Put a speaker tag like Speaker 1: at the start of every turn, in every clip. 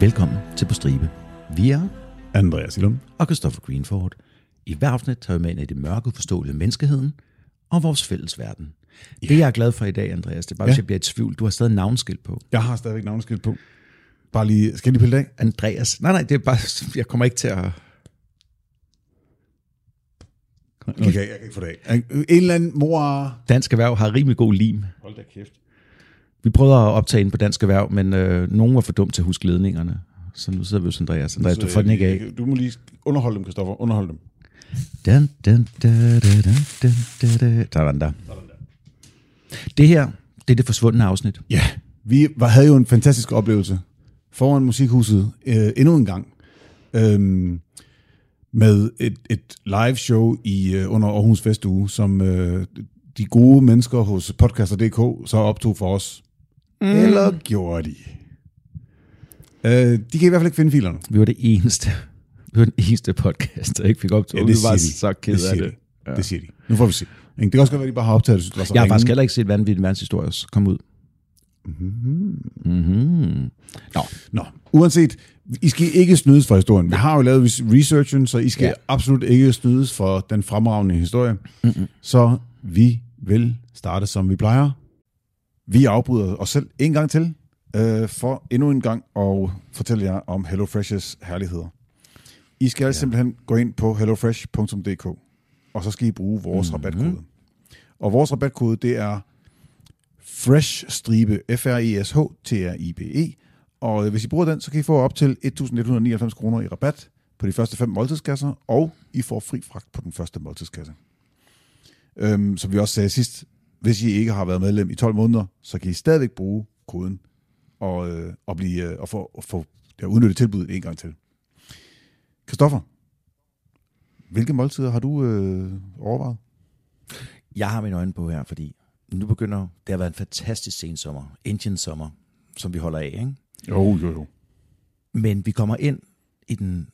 Speaker 1: Velkommen til På Stribe. Vi er
Speaker 2: Andreas Ilum.
Speaker 1: og Christopher Greenford. I hver afsnit tager vi med ind i det mørke uforståelige af menneskeheden og vores fælles verden. Yeah. Det jeg er glad for i dag, Andreas, det er bare, hvis
Speaker 2: Ja.
Speaker 1: jeg bliver i tvivl. Du har stadig navnskilt på.
Speaker 2: Jeg har stadigvæk navneskilt på. Bare lige, skal jeg lige pille det af?
Speaker 1: Andreas. Nej, nej, det er bare, jeg kommer ikke til at...
Speaker 2: Okay, jeg kan ikke få det af. En eller anden mor...
Speaker 1: Dansk Erhverv har rimelig god lim.
Speaker 2: Hold da kæft.
Speaker 1: Vi prøvede at optage ind på Dansk Erhverv, men øh, nogen var for dum til at huske ledningerne. Så nu sidder vi hos Andreas. Andreas, du får den ikke af.
Speaker 2: øh, Du må lige underholde dem, Kristoffer. Underholde dem.
Speaker 1: Dun, dun, da, da, dun, dun, da, da. Sådan der. Det her, det er det forsvundne afsnit.
Speaker 2: Ja, vi var, havde jo en fantastisk oplevelse foran musikhuset øh, endnu en gang. Øhm, med et, et live show i, øh, under Aarhus Festuge, som øh, de gode mennesker hos podcaster.dk så optog for os. Mm. Eller gjorde de? Øh, de kan i hvert fald ikke finde filerne.
Speaker 1: Vi var det eneste, vi var den eneste podcast, der ikke fik optaget. Ja, vi var så ked af
Speaker 2: siger
Speaker 1: det.
Speaker 2: De. Ja. Det siger de. Nu får vi se. Ikke? Det kan også godt være, at de bare har optaget, at det var så
Speaker 1: Jeg har
Speaker 2: ringe.
Speaker 1: faktisk heller ikke set vanvittig verdenshistorie komme ud.
Speaker 2: Mm-hmm.
Speaker 1: Mm-hmm.
Speaker 2: Nå, uanset, I skal ikke snydes for historien. Vi har jo lavet researchen, så I skal
Speaker 1: Ja.
Speaker 2: ja. absolut ikke snydes for den fremragende historie. Mm-hmm. Så vi vil starte, som vi plejer. Vi afbryder os selv en gang til, øh, for endnu en gang at fortælle jer om HelloFresh's herligheder. I skal ja. simpelthen gå ind på hellofresh.dk, og så skal I bruge vores mm-hmm. rabatkode. Og vores rabatkode, det er Fresh Stribe, E F-R-E-S-H-T-R-I-B-E. Og øh, hvis I bruger den, så kan I få op til 1.199 kroner i rabat på de første fem måltidskasser, og I får fri fragt på den første måltidskasse. Øhm, som vi også sagde sidst, hvis I ikke har været medlem i 12 måneder, så kan I stadigvæk bruge koden og, øh, og, blive, øh, og få, og få ja, udnyttet tilbuddet en gang til. Kristoffer, hvilke måltider har du øh, overvejet?
Speaker 1: Jeg har mine øjne på her, fordi nu begynder, det har været en fantastisk sensommer, Indian sommer, som vi holder af, ikke?
Speaker 2: Jo, jo, jo.
Speaker 1: Men vi kommer ind i den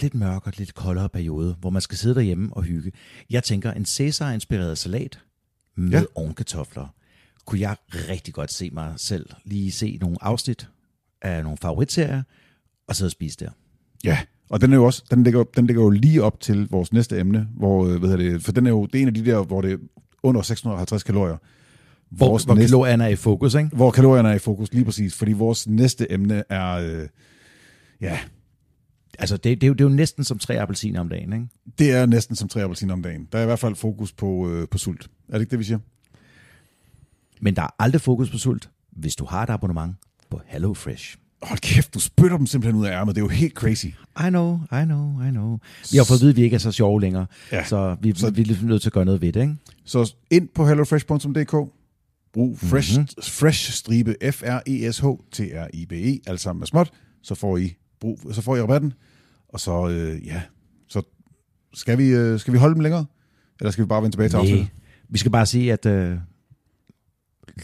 Speaker 1: lidt mørkere, lidt koldere periode, hvor man skal sidde derhjemme og hygge. Jeg tænker, en Cæsar-inspireret salat med ja.
Speaker 2: Ja.
Speaker 1: ovenkartofler, kunne jeg rigtig godt se mig selv lige se nogle afsnit af nogle favoritserier, og sidde og spise der.
Speaker 2: Ja, og den er jo også, den ligger, den ligger jo lige op til vores næste emne, hvor, øh, hvad hedder det, for den er jo, det er en af de der, hvor det er under 650 kalorier.
Speaker 1: Hvor, hvor
Speaker 2: næste,
Speaker 1: kalorierne er i fokus, ikke?
Speaker 2: hvor kalorierne er i fokus, lige præcis, fordi vores næste emne er, øh, ja,
Speaker 1: Altså, det, det, er jo, det er jo næsten som tre appelsiner om dagen, ikke?
Speaker 2: det er næsten som tre appelsiner om dagen. Der er i hvert fald fokus på, øh, på sult. Er det ikke det, vi siger?
Speaker 1: Men der er aldrig fokus på sult, hvis du har et abonnement på HelloFresh.
Speaker 2: Hold kæft, du spytter dem simpelthen ud af ærmet. Det er jo helt crazy.
Speaker 1: I know, I know, I know. Vi har fået at vide, at vi ikke er så sjove længere, ja.
Speaker 2: Ja.
Speaker 1: så vi, så... vi er lidt nødt til at gøre noget ved det, ikke?
Speaker 2: Så ind på hellofresh.dk, brug fresh, mm-hmm. fresh stribe f r e s h t r i b e alt sammen med småt, så får I brug, så får I rabatten. Og så øh, ja, så skal vi øh, skal vi holde dem længere, eller skal vi bare vende tilbage til afsnittet?
Speaker 1: Nej. Vi skal bare sige, at øh,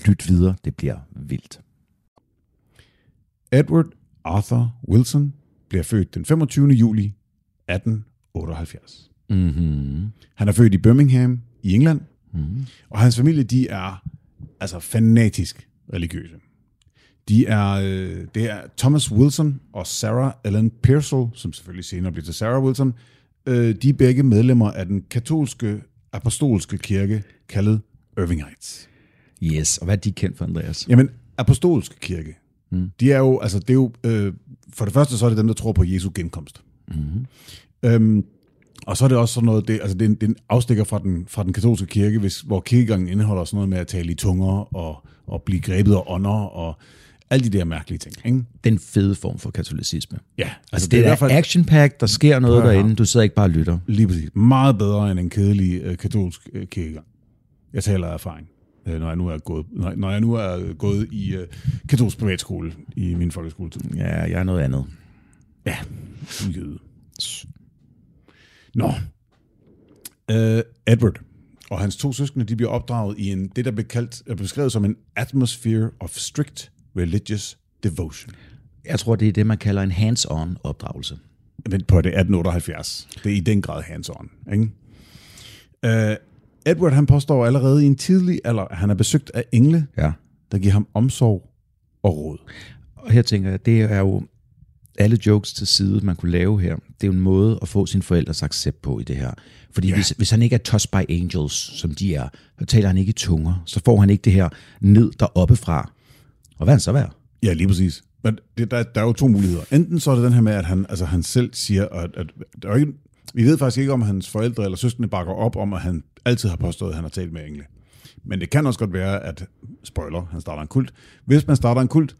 Speaker 1: lyt videre. Det bliver vildt.
Speaker 2: Edward Arthur Wilson bliver født den 25. juli 1878.
Speaker 1: Mm-hmm.
Speaker 2: Han er født i Birmingham i England, mm. og hans familie de er altså fanatisk religiøse. De er, øh, det er Thomas Wilson og Sarah Ellen Pearsall, som selvfølgelig senere bliver til Sarah Wilson. Øh, de er begge medlemmer af den katolske apostolske kirke, kaldet Irving Heights.
Speaker 1: Yes, og hvad er de kendt for, Andreas?
Speaker 2: Jamen, apostolske kirke, mm. de er jo, altså det er jo, øh, for det første så er det dem, der tror på Jesu genkomst. Mm-hmm. Øhm, og så er det også sådan noget, det, altså det er en, det er en afstikker fra den, fra den katolske kirke, hvis, hvor kirkegangen indeholder sådan noget med at tale i tunger og, og blive grebet af ånder og alle de der mærkelige ting. Ikke?
Speaker 1: Den fede form for katolicisme.
Speaker 2: Ja, altså,
Speaker 1: Altså, det, det er, er action pack, der sker noget
Speaker 2: Prøv at høre.
Speaker 1: derinde. Du sidder ikke bare og lytter.
Speaker 2: lige præcis meget bedre end en kedelig øh, katolsk øh, kirkegang. Jeg taler af erfaring, øh, når jeg nu er gået, når, når jeg nu er øh, gået i øh, katolsk privatskole i min folkeskoletid.
Speaker 1: Ja, jeg er noget andet.
Speaker 2: Ja, en jøde. Nå. Uh, Edward og hans to søskende, de bliver opdraget i en, det, der bliver kaldt, er beskrevet som en atmosphere of strict religious devotion.
Speaker 1: Jeg tror, det er det, man kalder en hands-on opdragelse.
Speaker 2: Vent på det, 1878. Det er i den grad hands-on, ikke? Uh, Edward, han påstår allerede i en tidlig alder, at han er besøgt af engle,
Speaker 1: Ja.
Speaker 2: der giver ham omsorg og råd.
Speaker 1: Og her tænker jeg, det er jo alle jokes til side, man kunne lave her, det er jo en måde at få sine forældres accept på i det her. Fordi yeah. hvis, hvis han ikke er tossed by angels, som de er, så taler han ikke i tunger, så får han ikke det her ned deroppe fra. Og hvad er han så værd?
Speaker 2: Ja, lige præcis. Men det, der, der er jo to muligheder. Enten så er det den her med, at han, altså, han selv siger, at, at der er jo ikke, vi ved faktisk ikke, om hans forældre eller søskende bakker op om, at han altid har påstået, at han har talt med engle. Men det kan også godt være, at, spoiler, han starter en kult. Hvis man starter en kult,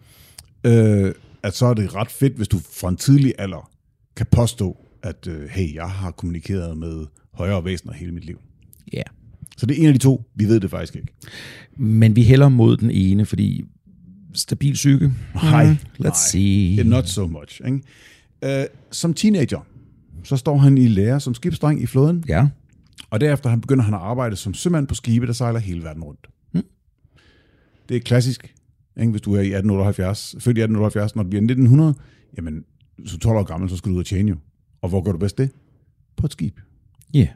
Speaker 2: øh, at så er det ret fedt, hvis du fra en tidlig alder kan påstå, at øh, hey, jeg har kommunikeret med højere væsener hele mit liv.
Speaker 1: Ja. Yeah.
Speaker 2: Så det er en af de to, vi ved det faktisk ikke.
Speaker 1: Men vi hælder mod den ene, fordi stabil psyke.
Speaker 2: Nej,
Speaker 1: Mm, Let's see.
Speaker 2: Yeah, Not so much. Ikke? Øh, som teenager, så står han i lære som skibsdreng i flåden,
Speaker 1: Ja.
Speaker 2: og derefter han begynder han at arbejde som sømand på skibe, der sejler hele verden rundt. Det er klassisk, ikke? hvis du er i 1878, født i 1878, når du bliver 1900, jamen, så 12 år gammel, så skal du ud og tjene jo. Og hvor gør du bedst det? På et skib.
Speaker 1: Ja. Yeah.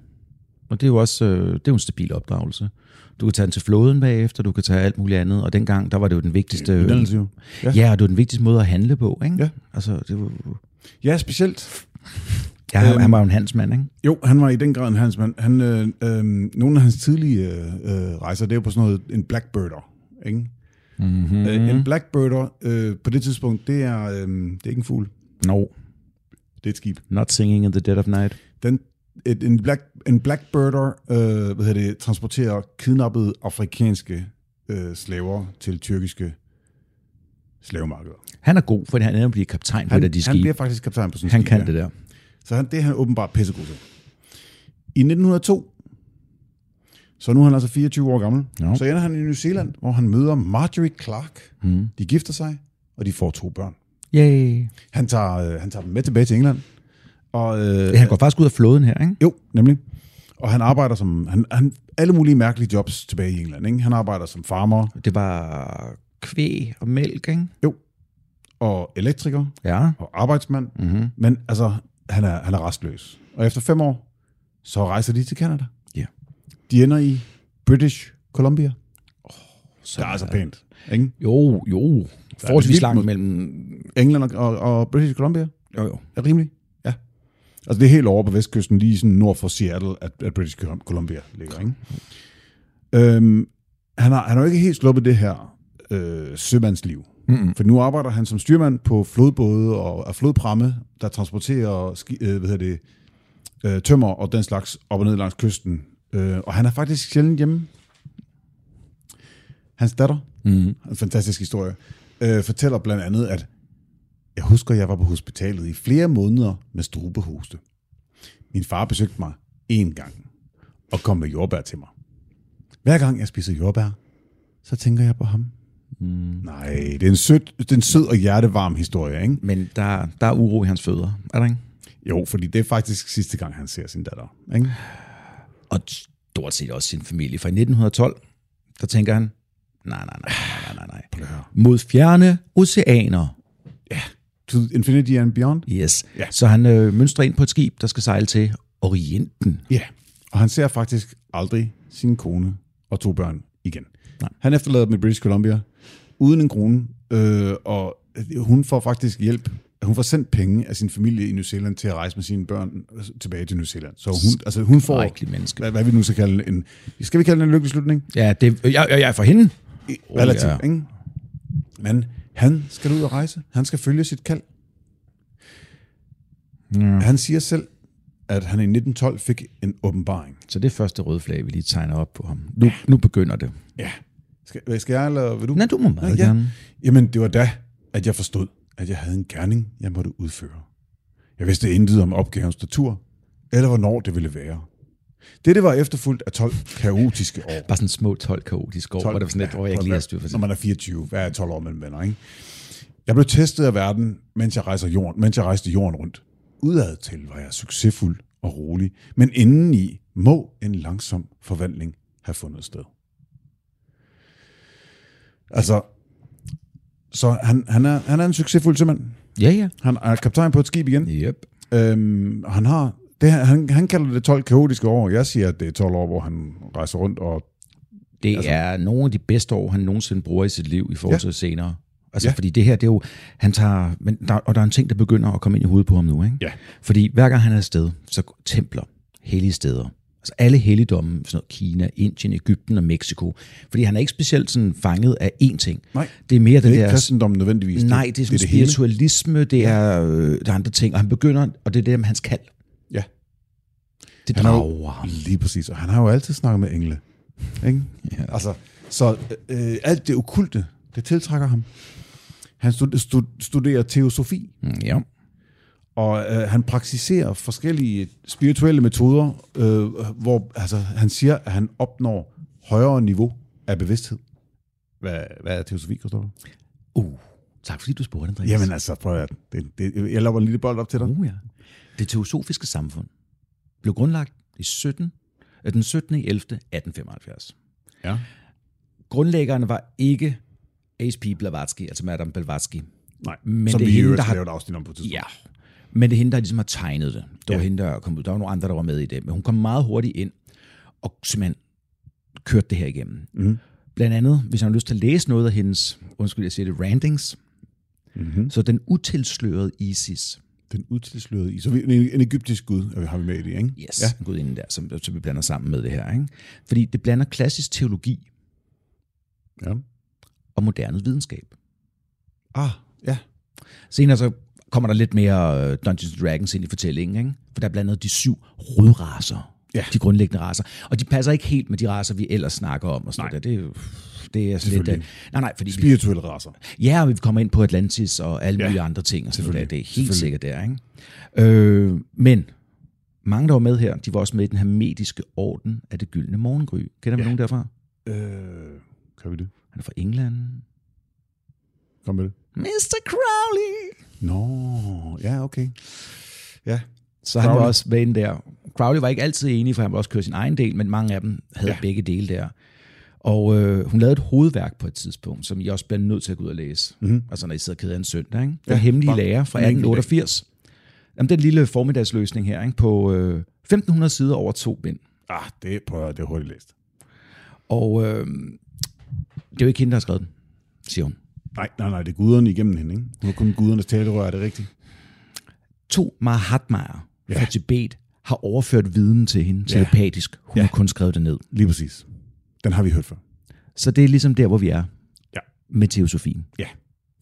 Speaker 1: Og det er jo også øh, det er jo en stabil opdragelse. Du kan tage den til flåden bagefter, du kan tage alt muligt andet, og dengang, der var det jo den vigtigste...
Speaker 2: Uddannelse jo.
Speaker 1: Ja,
Speaker 2: Ja.
Speaker 1: ja og det var den vigtigste måde at handle på, ikke?
Speaker 2: Ja.
Speaker 1: Altså, det var, Øhm.
Speaker 2: Ja, specielt
Speaker 1: ja, han, han var jo en handelsmand, ikke?
Speaker 2: Jo, han var i den grad en handelsmand. Han, øh, øh, nogle af hans tidlige øh, øh, rejser, det er jo på sådan noget, en blackbirder. Ikke?
Speaker 1: Mhm.
Speaker 2: Mm-hmm. Øh, en blackbirder øh, på det tidspunkt, det er, øh, det er ikke en fugl,
Speaker 1: No.
Speaker 2: det er et skib.
Speaker 1: Not singing in the dead of night.
Speaker 2: Den, et, en, black, en blackbirder øh, hvad hedder det, transporterer kidnappede afrikanske øh, slaver til tyrkiske slavemarkeder.
Speaker 1: Han er god, for han ender med at blive kaptajn på et af de
Speaker 2: han
Speaker 1: skibe.
Speaker 2: bliver faktisk kaptajn på sådan et
Speaker 1: han
Speaker 2: skib,
Speaker 1: kan
Speaker 2: ja.
Speaker 1: det der.
Speaker 2: Så han, det er han åbenbart pissegod til. I 1902, så nu er han altså 24 år gammel,
Speaker 1: Ja.
Speaker 2: ja. så ender han i New Zealand, hvor han møder Marjorie Clark. Mm. De gifter sig, og de får to børn.
Speaker 1: Yay.
Speaker 2: Han tager, øh, han tager dem med tilbage til England. Og, øh,
Speaker 1: Han går faktisk ud af flåden her, ikke?
Speaker 2: jo, nemlig. Og han arbejder som... Han, han, alle mulige mærkelige jobs tilbage i England. Ikke? Han arbejder som farmer
Speaker 1: Det var kvæg og mælk, ikke?
Speaker 2: og elektriker
Speaker 1: Ja.
Speaker 2: og arbejdsmand. Mm-hmm. Men altså, han er, han er restløs. Og efter fem år, så rejser de til Canada.
Speaker 1: Ja.
Speaker 2: De ender i British Columbia.
Speaker 1: Så,
Speaker 2: Det er altså pænt. Ikke?
Speaker 1: Jo, jo. Forholdsvis
Speaker 2: vildt
Speaker 1: langt
Speaker 2: mod-
Speaker 1: mellem...
Speaker 2: England og, og, og British Columbia
Speaker 1: Jo, jo.
Speaker 2: er rimeligt. Ja. Altså det er helt over på vestkysten, lige sådan nord for Seattle, at, at British Colum- Columbia ligger. Ikke? Øhm, han, har, han har jo ikke helt sluppet det her øh, sømandsliv. Mm-hmm. For nu arbejder han som styrmand på flodbåde og af flodpramme, der transporterer ski, øh, hvad hedder det, øh, tømmer og den slags op og ned langs kysten. Øh, og han er faktisk sjældent hjemme. Hans datter, mm-hmm. en fantastisk historie, øh, fortæller blandt andet, at jeg husker, jeg var på hospitalet i flere måneder med strubehoste. Min far besøgte mig én gang og kom med jordbær til mig. Hver gang jeg spiser jordbær, så tænker jeg på ham. Mm. Nej, det er, en sød, det er en sød og hjertevarm historie, ikke?
Speaker 1: Men der, der er uro i hans fødder, er der ikke?
Speaker 2: Jo, fordi det er faktisk sidste gang, han ser sin datter. Ikke?
Speaker 1: Og stort set også sin familie. For i 1912, der tænker han, nej, nej, nej, nej, nej, nej, nej. Mod fjerne oceaner.
Speaker 2: To Infinity and Beyond.
Speaker 1: Yes.
Speaker 2: Ja.
Speaker 1: Så han øh, mønstrer ind på et skib, der skal sejle til Orienten.
Speaker 2: Ja, og han ser faktisk aldrig sin kone og to børn igen. Nej. Han efterlader dem i British Columbia uden en krone, øh, og hun får faktisk hjælp. Hun får sendt penge af sin familie i New Zealand til at rejse med sine børn øh, tilbage til New Zealand. Så hun, altså hun får,
Speaker 1: Skrækkelig menneske.
Speaker 2: hvad, hvad vi nu skal kalde en, skal vi kalde den en lykkelig slutning?
Speaker 1: Ja, det, øh, jeg, jeg, jeg er for hende.
Speaker 2: Relativt,
Speaker 1: ja.
Speaker 2: ja. ikke? Men han skal ud og rejse. Han skal følge sit kald. Ja. Han siger selv, at han i 1912 fik en åbenbaring.
Speaker 1: Så det er første røde flag, vi lige tegner op på ham. Nu, nu begynder det.
Speaker 2: Ja. Skal, hvad skal jeg, eller vil du?
Speaker 1: Nej, du må meget
Speaker 2: ja.
Speaker 1: gerne.
Speaker 2: Jamen, det var da, at jeg forstod, at jeg havde en gerning, jeg måtte udføre. Jeg vidste intet om opgavens natur, eller hvornår det ville være. Dette var efterfulgt af 12 kaotiske år.
Speaker 1: Bare sådan små 12 kaotiske år,
Speaker 2: 12,
Speaker 1: hvor det var sådan lidt, hvor jeg ikke lige har styr på
Speaker 2: Når
Speaker 1: det.
Speaker 2: man er 24, hvad er 12 år mellem venner, ikke? Jeg blev testet af verden, mens jeg, rejser jorden, mens jeg rejste jorden rundt. Udad til var jeg succesfuld og rolig, men indeni må en langsom forvandling have fundet sted. Altså, så han, han, er, han er en succesfuld sømand.
Speaker 1: Ja, ja.
Speaker 2: Han er kaptajn på et skib igen.
Speaker 1: Yep.
Speaker 2: Øhm, og han har det, her- han, han kalder det 12 kaotiske år. Jeg siger, at det er 12 år, hvor han rejser rundt og
Speaker 1: Det altså, er nogle af de bedste år, han nogensinde bruger i sit liv i forhold til ja. senere. Altså,
Speaker 2: Ja.
Speaker 1: ja. fordi det her, det er jo, han tager, men der, og der er en ting, der begynder at komme ind i hovedet på ham nu, ikke?
Speaker 2: Ja.
Speaker 1: Fordi hver gang han er afsted, så templer, hellige steder, altså alle helligdomme, sådan noget Kina, Indien, Ægypten og Mexico, fordi han er ikke specielt sådan fanget af én ting.
Speaker 2: Nej.
Speaker 1: Det er mere
Speaker 2: Det er
Speaker 1: det,
Speaker 2: ikke
Speaker 1: der
Speaker 2: kristendommen nødvendigvis.
Speaker 1: Nej, det er sådan det,
Speaker 2: hele.
Speaker 1: spiritualisme, det er, øh, der er andre ting, og han begynder, og det er det med hans kald.
Speaker 2: Ja,
Speaker 1: Det
Speaker 2: Han er jo-
Speaker 1: drager ham.
Speaker 2: lige præcis. Og han har jo altid snakket med engle. Ikke?
Speaker 1: Ja.
Speaker 2: Altså, så øh, øh, alt det okulte, det tiltrækker ham. Han stud- stud- studerer teosofi,
Speaker 1: Mm, Ja.
Speaker 2: og øh, han praktiserer forskellige spirituelle metoder, øh, hvor altså, han siger, at han opnår højere niveau af bevidsthed. Hvad, hvad er teosofi, Kristoffer?
Speaker 1: Uh, tak fordi du spurgte, Andreas.
Speaker 2: Jamen altså, prøv at det, det, jeg laver en lille bold op til dig.
Speaker 1: Uh, ja. Det teosofiske samfund blev grundlagt i 17, øh, den 17. 11. 1875.
Speaker 2: Ja.
Speaker 1: Grundlæggeren var ikke H.P. Blavatsky, altså Madame Blavatsky.
Speaker 2: Nej,
Speaker 1: Men
Speaker 2: som
Speaker 1: det
Speaker 2: vi
Speaker 1: er
Speaker 2: i
Speaker 1: hende,
Speaker 2: øvrigt
Speaker 1: der
Speaker 2: har
Speaker 1: har-
Speaker 2: lavet et afsnit om på et tidspunkt.
Speaker 1: Ja. Men det er hende, der ligesom har tegnet det. Det var
Speaker 2: Ja.
Speaker 1: ja. hende, der kom ud. Der var nogle andre, der var med i det. Men hun kom meget hurtigt ind og simpelthen kørte det her igennem. Mm. Blandt andet, hvis han har lyst til at læse noget af hendes, undskyld, jeg siger det, rantings, mm-hmm. så den utilslørede Isis,
Speaker 2: Den udtilslørede i. Så vi, en, en egyptisk gud øh, har vi med i det, ikke?
Speaker 1: yes,
Speaker 2: Ja.
Speaker 1: ja. gudinden der, som, som vi blander sammen med det her. Ikke? Fordi det blander klassisk teologi
Speaker 2: ja.
Speaker 1: og moderne videnskab.
Speaker 2: Ah, ja.
Speaker 1: Senere så kommer der lidt mere øh, Dungeons and Dragons ind i fortællingen, ikke? for der er blandt andet de syv rødraser,
Speaker 2: Ja.
Speaker 1: de grundlæggende raser. Og de passer ikke helt med de raser, vi ellers snakker om. Og sådan nej. Der. Det, er jo- det er sådan lidt... øh, Nej, nej, fordi vi,
Speaker 2: Spirituelle raser.
Speaker 1: ja, og vi kommer ind på Atlantis og alle
Speaker 2: Ja,
Speaker 1: ja. mulige andre ting. Og sådan noget der. Det er helt
Speaker 2: Selvfølgelig.
Speaker 1: sikkert der, ikke? Øh, men mange, der var med her, de var også med i den hermetiske orden af det gyldne morgengry. Kender vi ja. nogen derfra?
Speaker 2: Øh, kan vi det?
Speaker 1: Han er fra England.
Speaker 2: Kom med det.
Speaker 1: Mr. Crowley!
Speaker 2: Nå, ja, okay. Ja,
Speaker 1: Så han
Speaker 2: Crowley.
Speaker 1: var også med inde der. Crowley var ikke altid enig, for han ville også køre sin egen del, men mange af dem havde
Speaker 2: Ja.
Speaker 1: ja. begge dele der. Og øh, hun lavede et hovedværk på et tidspunkt, som I også bliver nødt til at gå ud og læse. Mm-hmm. Altså når I sidder kede af en søndag. Ikke? Den
Speaker 2: Mhm. Ja,
Speaker 1: ja, hemmelige
Speaker 2: bare
Speaker 1: lærer fra
Speaker 2: en enkelt dag.
Speaker 1: 1888. Jamen, den lille formiddagsløsning her ikke? på øh, 1500 sider over to bind.
Speaker 2: ah, det prøver jeg, det er hurtigt læst.
Speaker 1: Og øh, det er jo ikke hende, der har skrevet den, siger hun.
Speaker 2: Nej, nej, nej, det er guderne igennem hende, ikke? Hun er kun gudernes talerør, er det rigtigt?
Speaker 1: To Mahatmaer ja.
Speaker 2: Ja.
Speaker 1: fra Tibet har overført viden til hende telepatisk. Hun
Speaker 2: Ja.
Speaker 1: ja. har kun skrevet det ned.
Speaker 2: Lige præcis. Den har vi hørt før.
Speaker 1: Så det er ligesom der, hvor vi er
Speaker 2: Ja.
Speaker 1: med teosofien.
Speaker 2: Ja,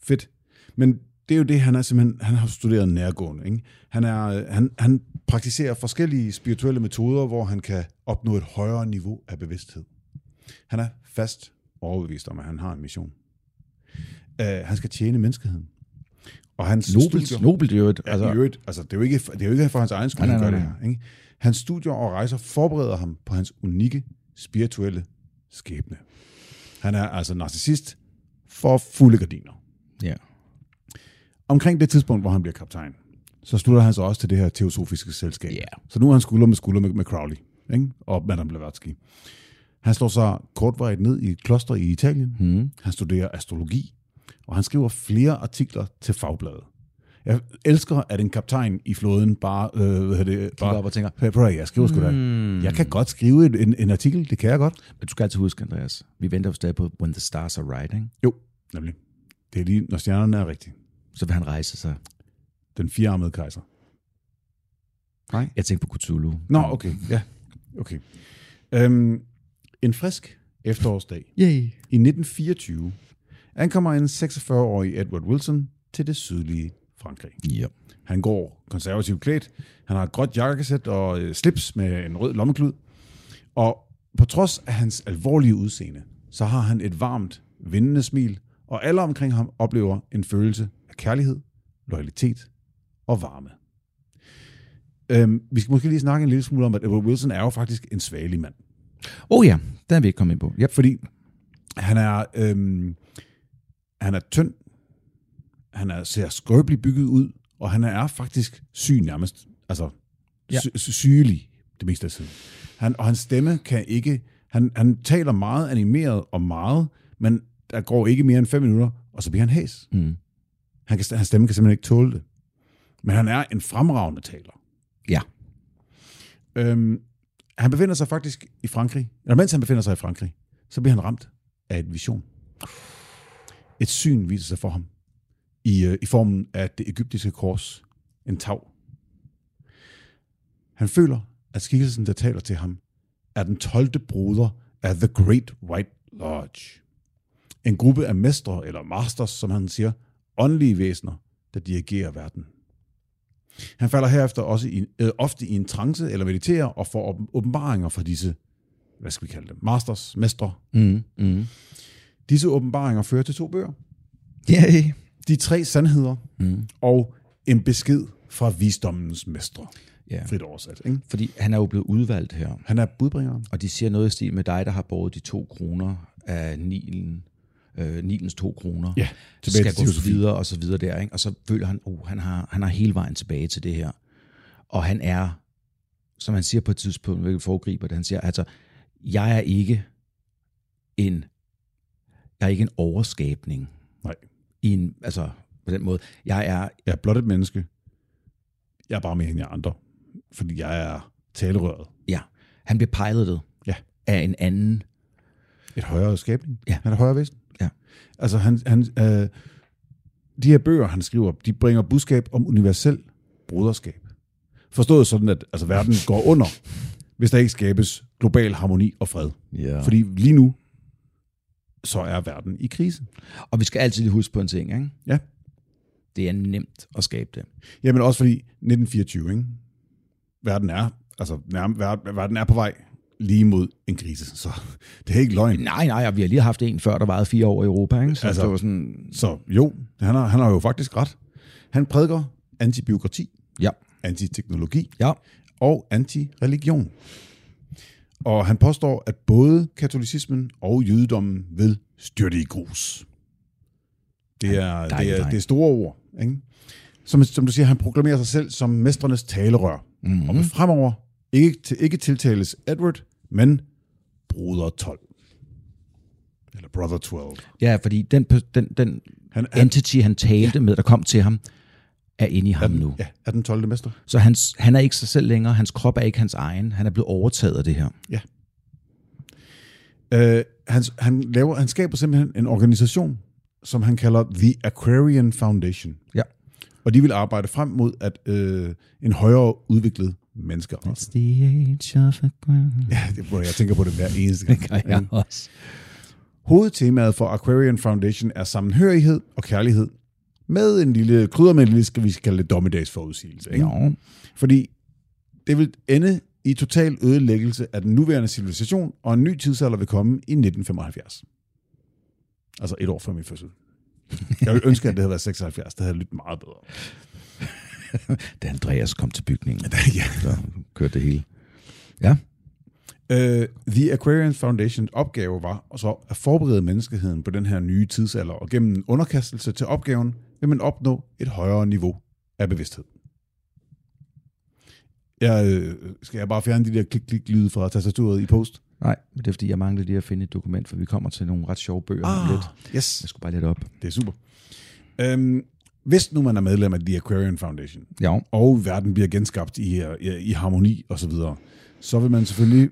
Speaker 2: fedt. Men det er jo det, han er simpelthen, han har studeret nærgående. Ikke? Han, er, øh, han, han praktiserer forskellige spirituelle metoder, hvor han kan opnå et højere niveau af bevidsthed. Han er fast overbevist om, at han har en mission. Uh, han skal tjene menneskeheden. Og hans
Speaker 1: Nobelt, nobelt i øvrigt.
Speaker 2: Ja, altså, i øvrigt, altså, det, er jo ikke, det er jo ikke for hans egen skyld,
Speaker 1: Nej,
Speaker 2: han gør
Speaker 1: nej,
Speaker 2: det
Speaker 1: nej,
Speaker 2: her. Ikke? Hans studier og rejser forbereder ham på hans unikke spirituelle skæbne. Han er altså narcissist for fulde gardiner.
Speaker 1: ja.
Speaker 2: Omkring det tidspunkt, hvor han bliver kaptajn, så slutter han sig også til det her teosofiske selskab.
Speaker 1: Ja.
Speaker 2: Så nu er han skulder med skulder med, med Crowley ikke? og Madame Blavatsky. Han slår sig kortvarigt ned i et kloster i Italien. Mm. Han studerer astrologi, og han skriver flere artikler til fagbladet. Jeg elsker, at en kaptajn i flåden bare... Øh, hvad hedder det, bare
Speaker 1: op Hmm. og tænker,
Speaker 2: "Hey, prøv at høre, jeg skriver sgu da. Jeg kan godt skrive et- en, en artikel, det kan jeg godt.
Speaker 1: Men du skal altid huske, Andreas, vi venter jo stadig på When the Stars Are Riding,
Speaker 2: Jo, nemlig. Det er lige, når stjernerne er rigtige.
Speaker 1: så vil han rejse sig.
Speaker 2: Den firearmede kejser. Nej.
Speaker 1: Jeg tænker på Cthulhu.
Speaker 2: Nå, okay, ja. Okay. Øhm, en frisk efterårsdag
Speaker 1: Yay.
Speaker 2: i 1924 ankommer en 46-årig Edward Wilson til det sydlige Frankrig.
Speaker 1: Ja.
Speaker 2: Han går konservativt klædt. Han har et gråt jakkesæt og øh, slips med en rød lommeklud. Og på trods af hans alvorlige udseende, så har han et varmt, vindende smil, og alle omkring ham oplever en følelse af kærlighed, loyalitet og varme. Øhm, vi skal måske lige snakke en lille smule om, at Edward Wilson er jo faktisk en svagelig mand.
Speaker 1: Oh ja, der er vi ikke kommet ind på. Yep.
Speaker 2: Fordi han er, øhm, han er tynd, han er, ser skrøbeligt bygget ud, og han er faktisk syg nærmest. Altså ja.
Speaker 1: Ja.
Speaker 2: sy- sy- sygelig det meste af tiden. Han, og hans stemme kan ikke... Han, han taler meget animeret og meget, men der går ikke mere end fem minutter, og så bliver han hæs.
Speaker 1: Mm.
Speaker 2: Han kan, hans stemme kan simpelthen ikke tåle det. Men han er en fremragende taler.
Speaker 1: Ja.
Speaker 2: Øhm, han befinder sig faktisk i Frankrig, eller mens han befinder sig i Frankrig, så bliver han ramt af et vision. Et syn viser sig for ham i, øh, i formen af det egyptiske kors, en tav. Han føler, at skikkelsen, der taler til ham, er den 12. broder af The Great White Lodge. En gruppe af mestre, eller masters, som han siger, åndelige væsener, der dirigerer verden. Han falder herefter også i, øh, ofte i en trance eller mediterer og får åben- åbenbaringer fra disse, hvad skal vi kalde dem, masters, mestre.
Speaker 1: Mm, mm.
Speaker 2: Disse åbenbaringer fører til to bøger.
Speaker 1: Yay.
Speaker 2: De tre sandheder mm. og en besked fra visdommens mestre.
Speaker 1: Ja.
Speaker 2: Frit oversat. Ikke?
Speaker 1: Fordi han er jo blevet udvalgt her,
Speaker 2: Han er budbringeren.
Speaker 1: og de siger noget i stil med dig, der har båret de to kroner af Nilen, øh, Nilens to kroner.
Speaker 2: Ja, tilbage
Speaker 1: skal
Speaker 2: til
Speaker 1: gå
Speaker 2: Josefine.
Speaker 1: videre og så videre der, ikke? Og så føler han, uh, han har, han har hele vejen tilbage til det her. Og han er, som han siger på et tidspunkt, hvilket foregriber det, han siger, altså, jeg er ikke en, jeg er ikke en overskabning
Speaker 2: Nej,
Speaker 1: i en, altså på den måde. Jeg er,
Speaker 2: jeg er blot et menneske. Jeg er bare mere end jer andre, fordi jeg er talerøret.
Speaker 1: ja, han bliver pilotet
Speaker 2: Ja.
Speaker 1: af en anden,
Speaker 2: Et højere skabning.
Speaker 1: Ja.
Speaker 2: Han er et højere væsen.
Speaker 1: Ja.
Speaker 2: Altså han, han, øh, de her bøger, han skriver, de bringer budskab om universel broderskab. Forstået sådan, at altså, verden går under, hvis der ikke skabes global harmoni og fred.
Speaker 1: ja.
Speaker 2: Fordi lige nu, så er verden i krise.
Speaker 1: Og vi skal altid huske på en ting, ikke?
Speaker 2: Ja.
Speaker 1: Det er nemt at skabe det.
Speaker 2: Jamen også fordi 1924, ikke? Verden er, altså, nærm, ver- verden er på vej lige mod en krise, så det er ikke løgn.
Speaker 1: Nej, nej, og vi har lige haft en før, der varede fire år i Europa, ikke? Så
Speaker 2: Altså-
Speaker 1: altså, det var sådan,
Speaker 2: Så jo, han har, han har jo faktisk ret. Han prædiker antibiokrati,
Speaker 1: ja,
Speaker 2: antiteknologi
Speaker 1: ja,
Speaker 2: og antireligion. Og han påstår, at både katolicismen og jødedommen vil styrte i grus. Det er,
Speaker 1: dejlig
Speaker 2: det er,
Speaker 1: dreng.
Speaker 2: det er store ord. Ikke? Som, som du siger, han proklamerer sig selv som mestrenes talerør. Mm-hmm. Og vil fremover ikke, til- ikke tiltales Edward, men Broder 12. Eller Brother 12.
Speaker 1: ja, fordi den, pers- den, den
Speaker 2: Han,
Speaker 1: han, entity, han talte ja. med, der kom til ham, er inde i ham nu.
Speaker 2: ja, er den 12. mester.
Speaker 1: Så hans, han er ikke sig selv længere, hans krop er ikke hans egen, han er blevet overtaget af det her.
Speaker 2: Ja. Øh, han, han, laver, han skaber simpelthen en organisation, som han kalder The Aquarian Foundation.
Speaker 1: Ja.
Speaker 2: Og de vil arbejde frem mod at øh, en højere udviklet menneskerace.
Speaker 1: It's the age of a ground.
Speaker 2: Ja, Mm. det, bro, jeg tænker på det hver eneste gang.
Speaker 1: Ja, også.
Speaker 2: Hovedtemaet for Aquarian Foundation er sammenhørighed og kærlighed. Med en lille krydder med en lille, skal vi kalde det dommedagsforudsigelse. Ikke?
Speaker 1: Jo.
Speaker 2: Fordi det vil ende i total ødelæggelse af den nuværende civilisation, og en ny tidsalder vil komme i 1975. Altså et år før min fødsel. Jeg ville ønske, at det havde været 76. Det havde lyttet meget bedre.
Speaker 1: Da Andreas kom til bygningen,
Speaker 2: ja.
Speaker 1: der kørte det hele. Ja,
Speaker 2: Uh, The Aquarian Foundations opgave var så at forberede menneskeheden på den her nye tidsalder, og gennem en underkastelse til opgaven vil man opnå et højere niveau af bevidsthed. Jeg, øh, skal jeg bare fjerne de der klik-klik-lyde fra tastaturet i post?
Speaker 1: nej, men det er fordi, jeg mangler lige at finde et dokument, for vi kommer til nogle ret sjove bøger ah. om lidt.
Speaker 2: yes.
Speaker 1: Jeg skulle bare lidt op.
Speaker 2: Det er super. Øhm, hvis nu man er medlem af The Aquarian Foundation,
Speaker 1: Ja,
Speaker 2: og verden bliver genskabt i, øh, i, i harmoni osv., så, videre, så vil man selvfølgelig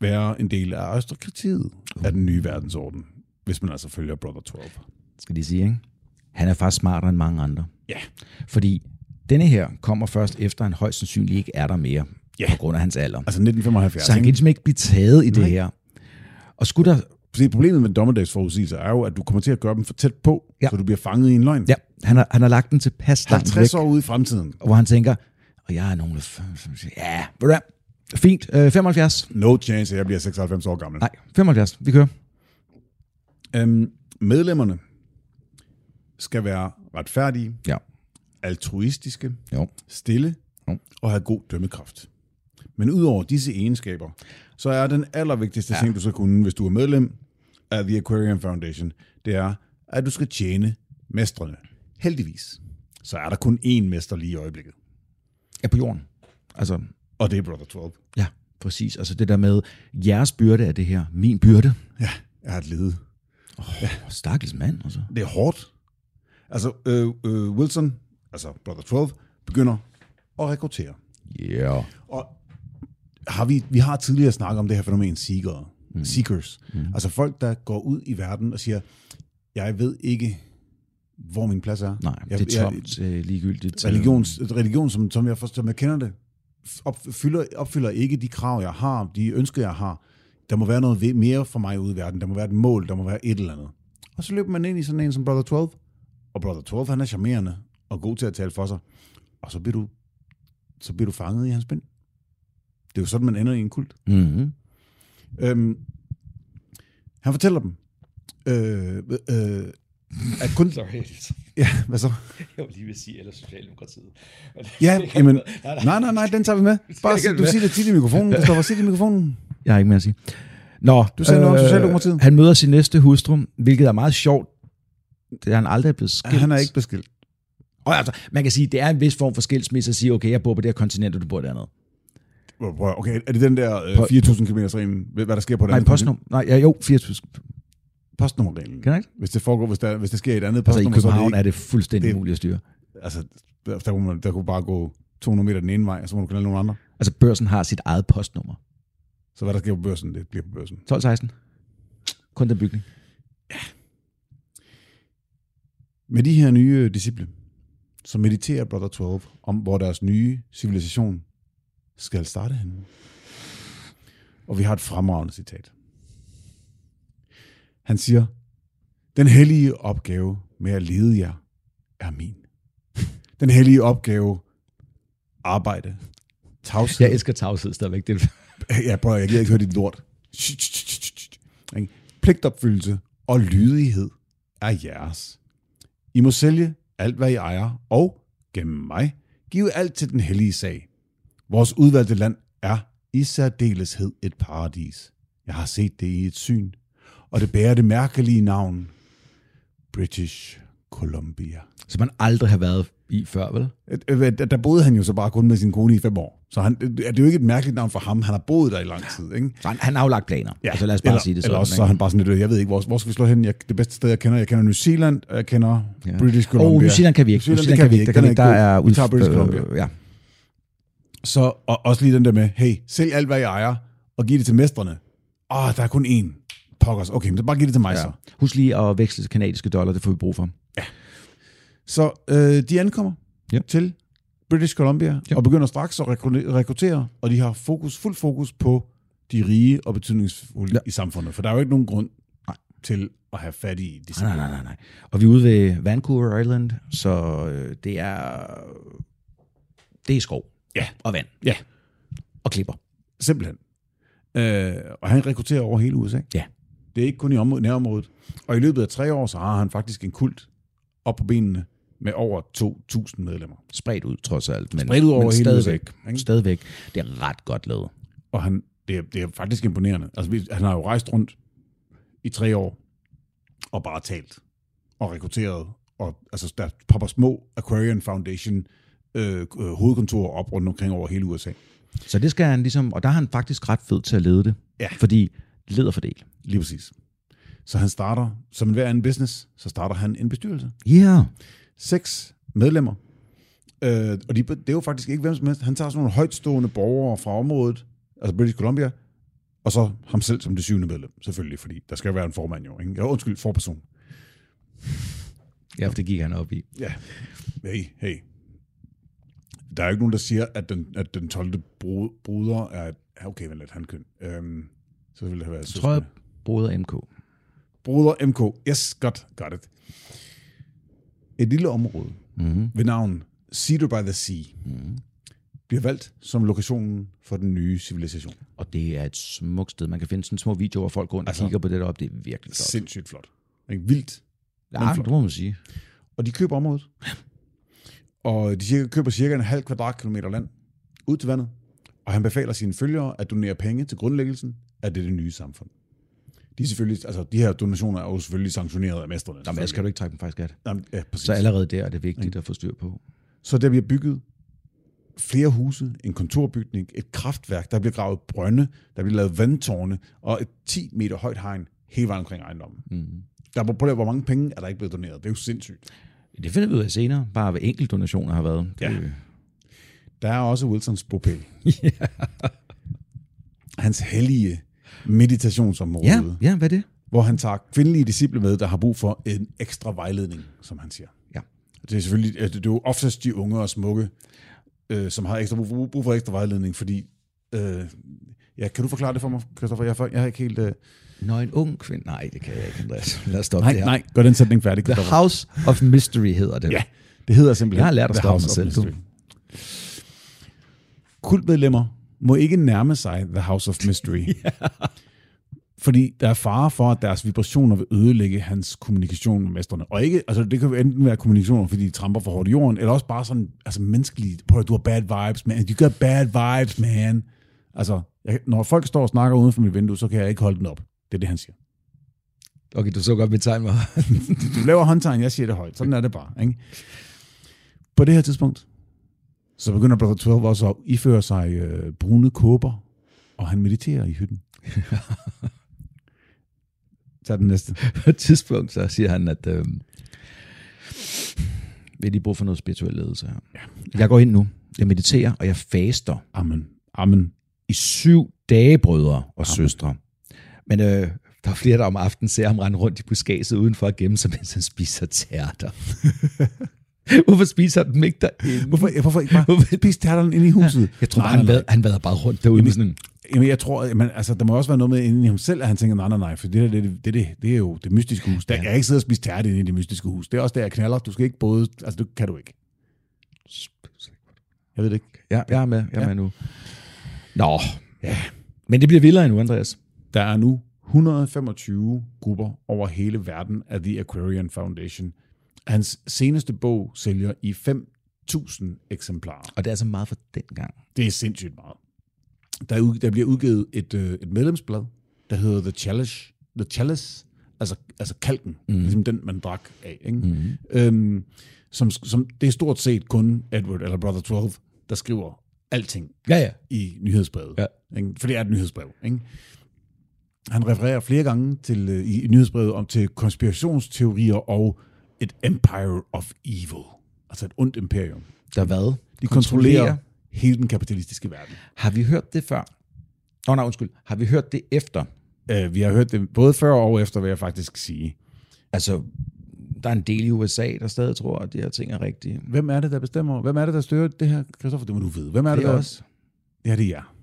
Speaker 2: være en del af aristokratiet af den nye verdensorden, hvis man altså følger Brother 12.
Speaker 1: skal de sige, ikke? Han er faktisk smartere end mange andre.
Speaker 2: Ja.
Speaker 1: Fordi denne her kommer først efter, at han højst sandsynligt ikke er der mere,
Speaker 2: Ja.
Speaker 1: på grund af hans alder.
Speaker 2: Altså 1975.
Speaker 1: Så han kan
Speaker 2: ikke?
Speaker 1: ligesom ikke blive taget i det
Speaker 2: Nej.
Speaker 1: her. Og skulle der...
Speaker 2: Fordi problemet med dommedagsforudsigelser er jo, at du kommer til at gøre dem for tæt på, ja.
Speaker 1: Ja.
Speaker 2: så du bliver fanget i en løgn.
Speaker 1: Ja, han har, han har lagt den til pas langt væk,
Speaker 2: 50 år ude i fremtiden.
Speaker 1: hvor han tænker, og jeg er nogen... Ja, ved du hvad? Fint, øh, 75.
Speaker 2: No chance, at jeg bliver 96 år gammel.
Speaker 1: Nej, 75. Vi kører.
Speaker 2: Øhm, medlemmerne skal være retfærdige,
Speaker 1: Ja.
Speaker 2: altruistiske,
Speaker 1: Jo.
Speaker 2: stille
Speaker 1: Jo.
Speaker 2: og have god dømmekraft. Men udover disse egenskaber, så er den allervigtigste ja. ting, du skal kunne, hvis du er medlem af The Aquarium Foundation, det er, at du skal tjene mestrene. Heldigvis, så er der kun én mester lige i øjeblikket,
Speaker 1: Er på jorden. Altså,
Speaker 2: og det er Brother 12.
Speaker 1: ja, præcis. Altså det der med, jeres byrde er det her, min byrde.
Speaker 2: Ja, jeg har et lede.
Speaker 1: Oh, Stakkels mand, altså.
Speaker 2: Det er hårdt. Altså, øh, øh, Wilson, altså Brother 12, begynder at rekruttere.
Speaker 1: Ja. Yeah.
Speaker 2: Og har vi, vi har tidligere snakket om det her fænomen seekere, mm. seekers. Mm. Altså folk, der går ud i verden og siger, jeg ved ikke, hvor min plads er.
Speaker 1: Nej,
Speaker 2: jeg,
Speaker 1: det er tomt, jeg, ligegyldigt. øh,
Speaker 2: religions, religion, som, som jeg forstår, som jeg kender det, opfylder, opfylder ikke de krav, jeg har, de ønsker, jeg har. Der må være noget ve- mere for mig ude i verden. Der må være et mål, der må være et eller andet. Og så løber man ind i sådan en som Brother 12, og Brother 12, han er charmerende og god til at tale for sig. Og så bliver du, så bliver du fanget i hans bind. Det er jo sådan, man ender i en kult.
Speaker 1: Mhm.
Speaker 2: Øhm, han fortæller dem, øh, øh, at kun... Ja, hvad så?
Speaker 3: Jeg vil lige vil sige, eller Socialdemokratiet.
Speaker 2: Ja, jamen,
Speaker 3: Nej, nej.
Speaker 2: nej, nej, nej, den tager vi med. Bare sig,
Speaker 3: vi
Speaker 2: du
Speaker 3: med.
Speaker 2: siger det tit i mikrofonen, Kristoffer, sig det i mikrofonen.
Speaker 1: Jeg har ikke mere at sige. Nå, Øh,
Speaker 2: Du sagde noget om Socialdemokratiet.
Speaker 1: Han møder sin næste hustru, hvilket er meget sjovt. Det er han aldrig blevet skilt.
Speaker 2: Ah, Han er ikke beskilt.
Speaker 1: Og altså, man kan sige, det er en vis form for skilsmisse at sige, okay, jeg bor på det her kontinent, og du bor dernede.
Speaker 2: Prøv- prøv, Okay, er det den der øh, 4.000 km reglen, hvad der sker på den?
Speaker 1: Nej, postnummer. Nej, ja, jo, 80.
Speaker 2: postnummerreglen.
Speaker 1: Kan jeg ikke?
Speaker 2: Hvis det foregår, hvis der, hvis det sker i et andet
Speaker 1: Altså, i
Speaker 2: postnummer,
Speaker 1: København
Speaker 2: så er
Speaker 1: er det fuldstændig
Speaker 2: det-
Speaker 1: umuligt at styre.
Speaker 2: det ikke, altså, der, der, kunne man, der kunne bare gå 200 meter den ene vej, og så må du knalde nogle andre.
Speaker 1: Altså, børsen har sit eget postnummer.
Speaker 2: Så hvad der sker på børsen, det bliver på børsen.
Speaker 1: 1216. Kun den bygning.
Speaker 2: Med de her nye øh, disciple, så mediterer Brother 12 om, hvor deres nye civilisation skal starte henne. Og vi har et fremragende citat. Han siger, den hellige opgave med at lede jer er min. Den hellige opgave, arbejde, tavshed.
Speaker 1: Jeg elsker tavshed stadigvæk. Det er
Speaker 2: Øh, Ja, prøv at høre, jeg gider ikke høre dit lort. Shh, shh, shh, shh, shh. Ikke? Pligtopfyldelse og lydighed er jeres. I må sælge alt, hvad I ejer, og gennem mig give alt til den hellige sag. Vores udvalgte land er i særdeleshed et paradis. Jeg har set det i et syn, og det bærer det mærkelige navn British Columbia.
Speaker 1: som man aldrig har været i før, vel?
Speaker 2: Øh, øh, Der der boede han jo så bare kun med sin kone i fem år. Så han, øh, det er jo ikke et mærkeligt navn for ham. Han har boet der i lang tid. Ikke?
Speaker 1: Så han, han har jo lagt planer. Ja. Altså, lad os bare
Speaker 2: eller,
Speaker 1: sige det
Speaker 2: Eller
Speaker 1: sådan.
Speaker 2: også så er han bare sådan lidt, "Øh, jeg ved ikke, hvor, hvor skal vi slå hen? Jeg, det bedste sted, jeg kender, jeg kender New Zealand, og jeg kender ja. British Columbia.
Speaker 1: Oh, New Zealand kan vi ikke.
Speaker 2: New Zealand, det kan vi ikke.
Speaker 1: Der, kan vi ikke. der
Speaker 2: Den
Speaker 1: er
Speaker 2: god. Vi tager British Columbia.
Speaker 1: øh, ja.
Speaker 2: Så og også lige den der med, hey, sælg alt, hvad jeg ejer, og giv det til mestrene. Åh, oh, der er kun én. Pokkers. Okay, men så bare giv det til mig ja. så.
Speaker 1: Husk lige at veksle til kanadiske dollar, det får vi brug for.
Speaker 2: Så øh, de ankommer
Speaker 1: Ja.
Speaker 2: ja. til British Columbia
Speaker 1: Ja.
Speaker 2: ja. og begynder straks at rekru- rekruttere, og de har fokus, fuld fokus på de rige og betydningsfulde
Speaker 1: Ja.
Speaker 2: ja. i samfundet. For der er jo ikke nogen grund Nej. til at have fat i de
Speaker 1: Nej, nej, nej, nej. Og vi er ude ved Vancouver Island, så øh, det er det er skov.
Speaker 2: Ja.
Speaker 1: Og vand.
Speaker 2: Ja.
Speaker 1: Og klipper.
Speaker 2: Simpelthen. Øh, og han rekrutterer over hele USA.
Speaker 1: Ja.
Speaker 2: Det er ikke kun i området, nærområdet. Og i løbet af tre år, så har han faktisk en kult op på benene med over 2.000 medlemmer.
Speaker 1: Spredt ud, trods alt. Men,
Speaker 2: Spredt ud over
Speaker 1: men
Speaker 2: hele USA,
Speaker 1: stadigvæk,
Speaker 2: ikke?
Speaker 1: stadigvæk. Det er ret godt lavet.
Speaker 2: Og han, det, er, det er faktisk imponerende. Altså, vi- han har jo rejst rundt i tre år og bare talt og rekrutteret. Og altså, der popper små Aquarian Foundation øh, øh, hovedkontorer op rundt omkring over hele USA.
Speaker 1: Så det skal han ligesom... Og der er han faktisk ret fed til at lede det.
Speaker 2: Ja.
Speaker 1: Fordi leder for del.
Speaker 2: Lige præcis. Så han starter, som hver anden business, så starter han en bestyrelse.
Speaker 1: Ja.
Speaker 2: seks medlemmer. Øh, og de, det er jo faktisk ikke hvem som helst. Han tager sådan nogle højtstående borgere fra området, altså British Columbia, og så ham selv som det syvende medlem, selvfølgelig, fordi der skal jo være en formand jo. Ikke? Ja, undskyld, forperson.
Speaker 1: Ja, for det gik han op i.
Speaker 2: Ja. Hey, hey. Der er jo ikke nogen, der siger, at den, at den 12. bro- bruder er... Ja, okay, men lidt hankøn. Øhm, så ville det have været...
Speaker 1: Jeg tror, jeg
Speaker 2: søskende.
Speaker 1: broder MK.
Speaker 2: Broder MK. Yes, godt, got it. Et lille område
Speaker 1: Mhm.
Speaker 2: mm-hmm. ved navn Cedar by the Sea mm-hmm. bliver valgt som lokationen for den nye civilisation.
Speaker 1: Og det er et smukt sted. Man kan finde sådan små videoer, hvor folk går rundt altså,
Speaker 2: Altså,
Speaker 1: og kigger på det deroppe. Det er virkelig flot.
Speaker 2: Sindssygt flot. Ikke? Vildt.
Speaker 1: Ja, det må man sige.
Speaker 2: Og de køber området. Og de cirka, køber cirka en halv kvadratkilometer land ud til vandet. Og han befaler sine følgere at donere penge til grundlæggelsen af det, det nye samfund. De, er selvfølgelig, altså, de her donationer er jo selvfølgelig sanktioneret af mesterne.
Speaker 1: Jamen, ellers kan du ikke trække dem faktisk Mm. af det.
Speaker 2: Jamen, ja, præcis.
Speaker 1: Så allerede der er det vigtigt at få styr på.
Speaker 2: Så der bliver bygget flere huse, en kontorbygning, et kraftværk, der bliver gravet brønde, der bliver lavet vandtårne og et 10 meter højt hegn hele vejen omkring ejendommen. Mm. Der er på hvor mange penge er der ikke blevet doneret. Det er jo sindssygt.
Speaker 1: Det finder vi ud af senere, bare hvad enkelte donationer har været. Øh, Det,
Speaker 2: Ja. Der er også Wilsons bopæl. Hans hellige meditationsområde.
Speaker 1: ja, ja, hvad er det?
Speaker 2: hvor han tager kvindelige disciple med, der har brug for en ekstra vejledning, som han siger.
Speaker 1: Ja.
Speaker 2: Det er selvfølgelig øh, det er jo oftest de unge og smukke, øh, som har ekstra brug, brug for ekstra vejledning, fordi... Øh, ja, kan du forklare det for mig, Christoffer? Jeg, er for- jeg har ikke helt... Øh...
Speaker 1: Når en ung kvinde... Nej, det kan jeg ikke, Andreas. Lad os stoppe det her.
Speaker 2: nej, gør den sætning færdig,
Speaker 1: The
Speaker 2: Christoffer.
Speaker 1: House of Mystery hedder det.
Speaker 2: Ja, det hedder simpelthen...
Speaker 1: Jeg har lært at
Speaker 2: The
Speaker 1: stoppe
Speaker 2: House
Speaker 1: mig
Speaker 2: of
Speaker 1: selv, du.
Speaker 2: Mystery. Kultmedlemmer må ikke nærme sig The House of Mystery. Fordi der er fare for, at deres vibrationer vil ødelægge hans kommunikation med mesterne. Og ikke, altså det kan jo enten være kommunikationer, fordi de tramper for hårdt i jorden, eller også bare sådan, altså menneskeligt, prøv at du har bad vibes, man. You got bad vibes, man. Altså, jeg, når folk står og snakker uden for mit vindue, så kan jeg ikke holde den op. Det er det, han siger.
Speaker 1: Okay, du så godt mit tegn var.
Speaker 2: Du laver håndtegn, jeg siger det højt. Sådan er det bare. Ikke? På det her tidspunkt, så begynder Brother 12 også at iføre sig øh, brune kåber, og han mediterer i hytten. Tag den næste.
Speaker 1: på et tidspunkt, så siger han, at øh, vi har lige brug for noget spirituel ledelse her. Ja. Jeg går ind nu, jeg mediterer, og jeg faster
Speaker 2: Amen. Amen.
Speaker 1: i syv dage, brødre og Amen. søstre. Men øh, der er flere, der om aftenen ser ham rende rundt i buskaget udenfor at gemme sig, mens han spiser tærter. Hvorfor spiser han dem ikke derinde?
Speaker 2: Hvorfor, hvorfor ikke bare spise tærterne inde i huset?
Speaker 1: Jeg tror, bare, han, vader, han vader bare rundt derude med sådan en
Speaker 2: Jamen, jeg tror, at man, altså, der må også være noget med inde i ham selv, at han tænker, nej, nej, nej, for det, der, det, det, det, det er jo det mystiske hus. Der, jeg kan ikke sidde og spise tærte inde i det mystiske hus. Det er også der, jeg knaller. Du skal ikke både... Altså, det kan du ikke. Jeg ved det ikke.
Speaker 1: Ja, jeg er med. Jeg er ja. med nu. Nå. Ja. Men det bliver vildere endnu, Andreas.
Speaker 2: Der er nu 125 grupper over hele verden af The Aquarian Foundation. Hans seneste bog sælger i 5.000 eksemplarer.
Speaker 1: Og det er altså meget for den gang.
Speaker 2: Det er sindssygt meget. Der, er, ud- der bliver udgivet et, øh, et medlemsblad, der hedder The Chalice, The Chalice altså, altså kalken, mm. ligesom den, man drak af. Ikke? Mm. Øhm, som, som, det er stort set kun Edward eller Brother 12, der skriver alting
Speaker 1: Ja, ja.
Speaker 2: i nyhedsbrevet.
Speaker 1: Ja.
Speaker 2: Ikke? For det er et nyhedsbrev. Ikke? Han refererer flere gange til, øh, i i nyhedsbrevet om til konspirationsteorier og et empire of evil. Altså et ondt imperium.
Speaker 1: Der hvad?
Speaker 2: De kontrollerer, kontrollerer hele den kapitalistiske verden.
Speaker 1: Har vi hørt det før? Nå, nej, undskyld. Har vi hørt det efter?
Speaker 2: Øh, vi har hørt det både før og efter, vil jeg faktisk sige.
Speaker 1: Altså, der er en del i USA, der stadig tror, at de her ting er rigtige.
Speaker 2: Hvem er det, der bestemmer? Hvem er det, der styrer det her? Christoffer, det må du vide. Hvem er det,
Speaker 1: Det er
Speaker 2: der...
Speaker 1: os.
Speaker 2: Ja, det er jer.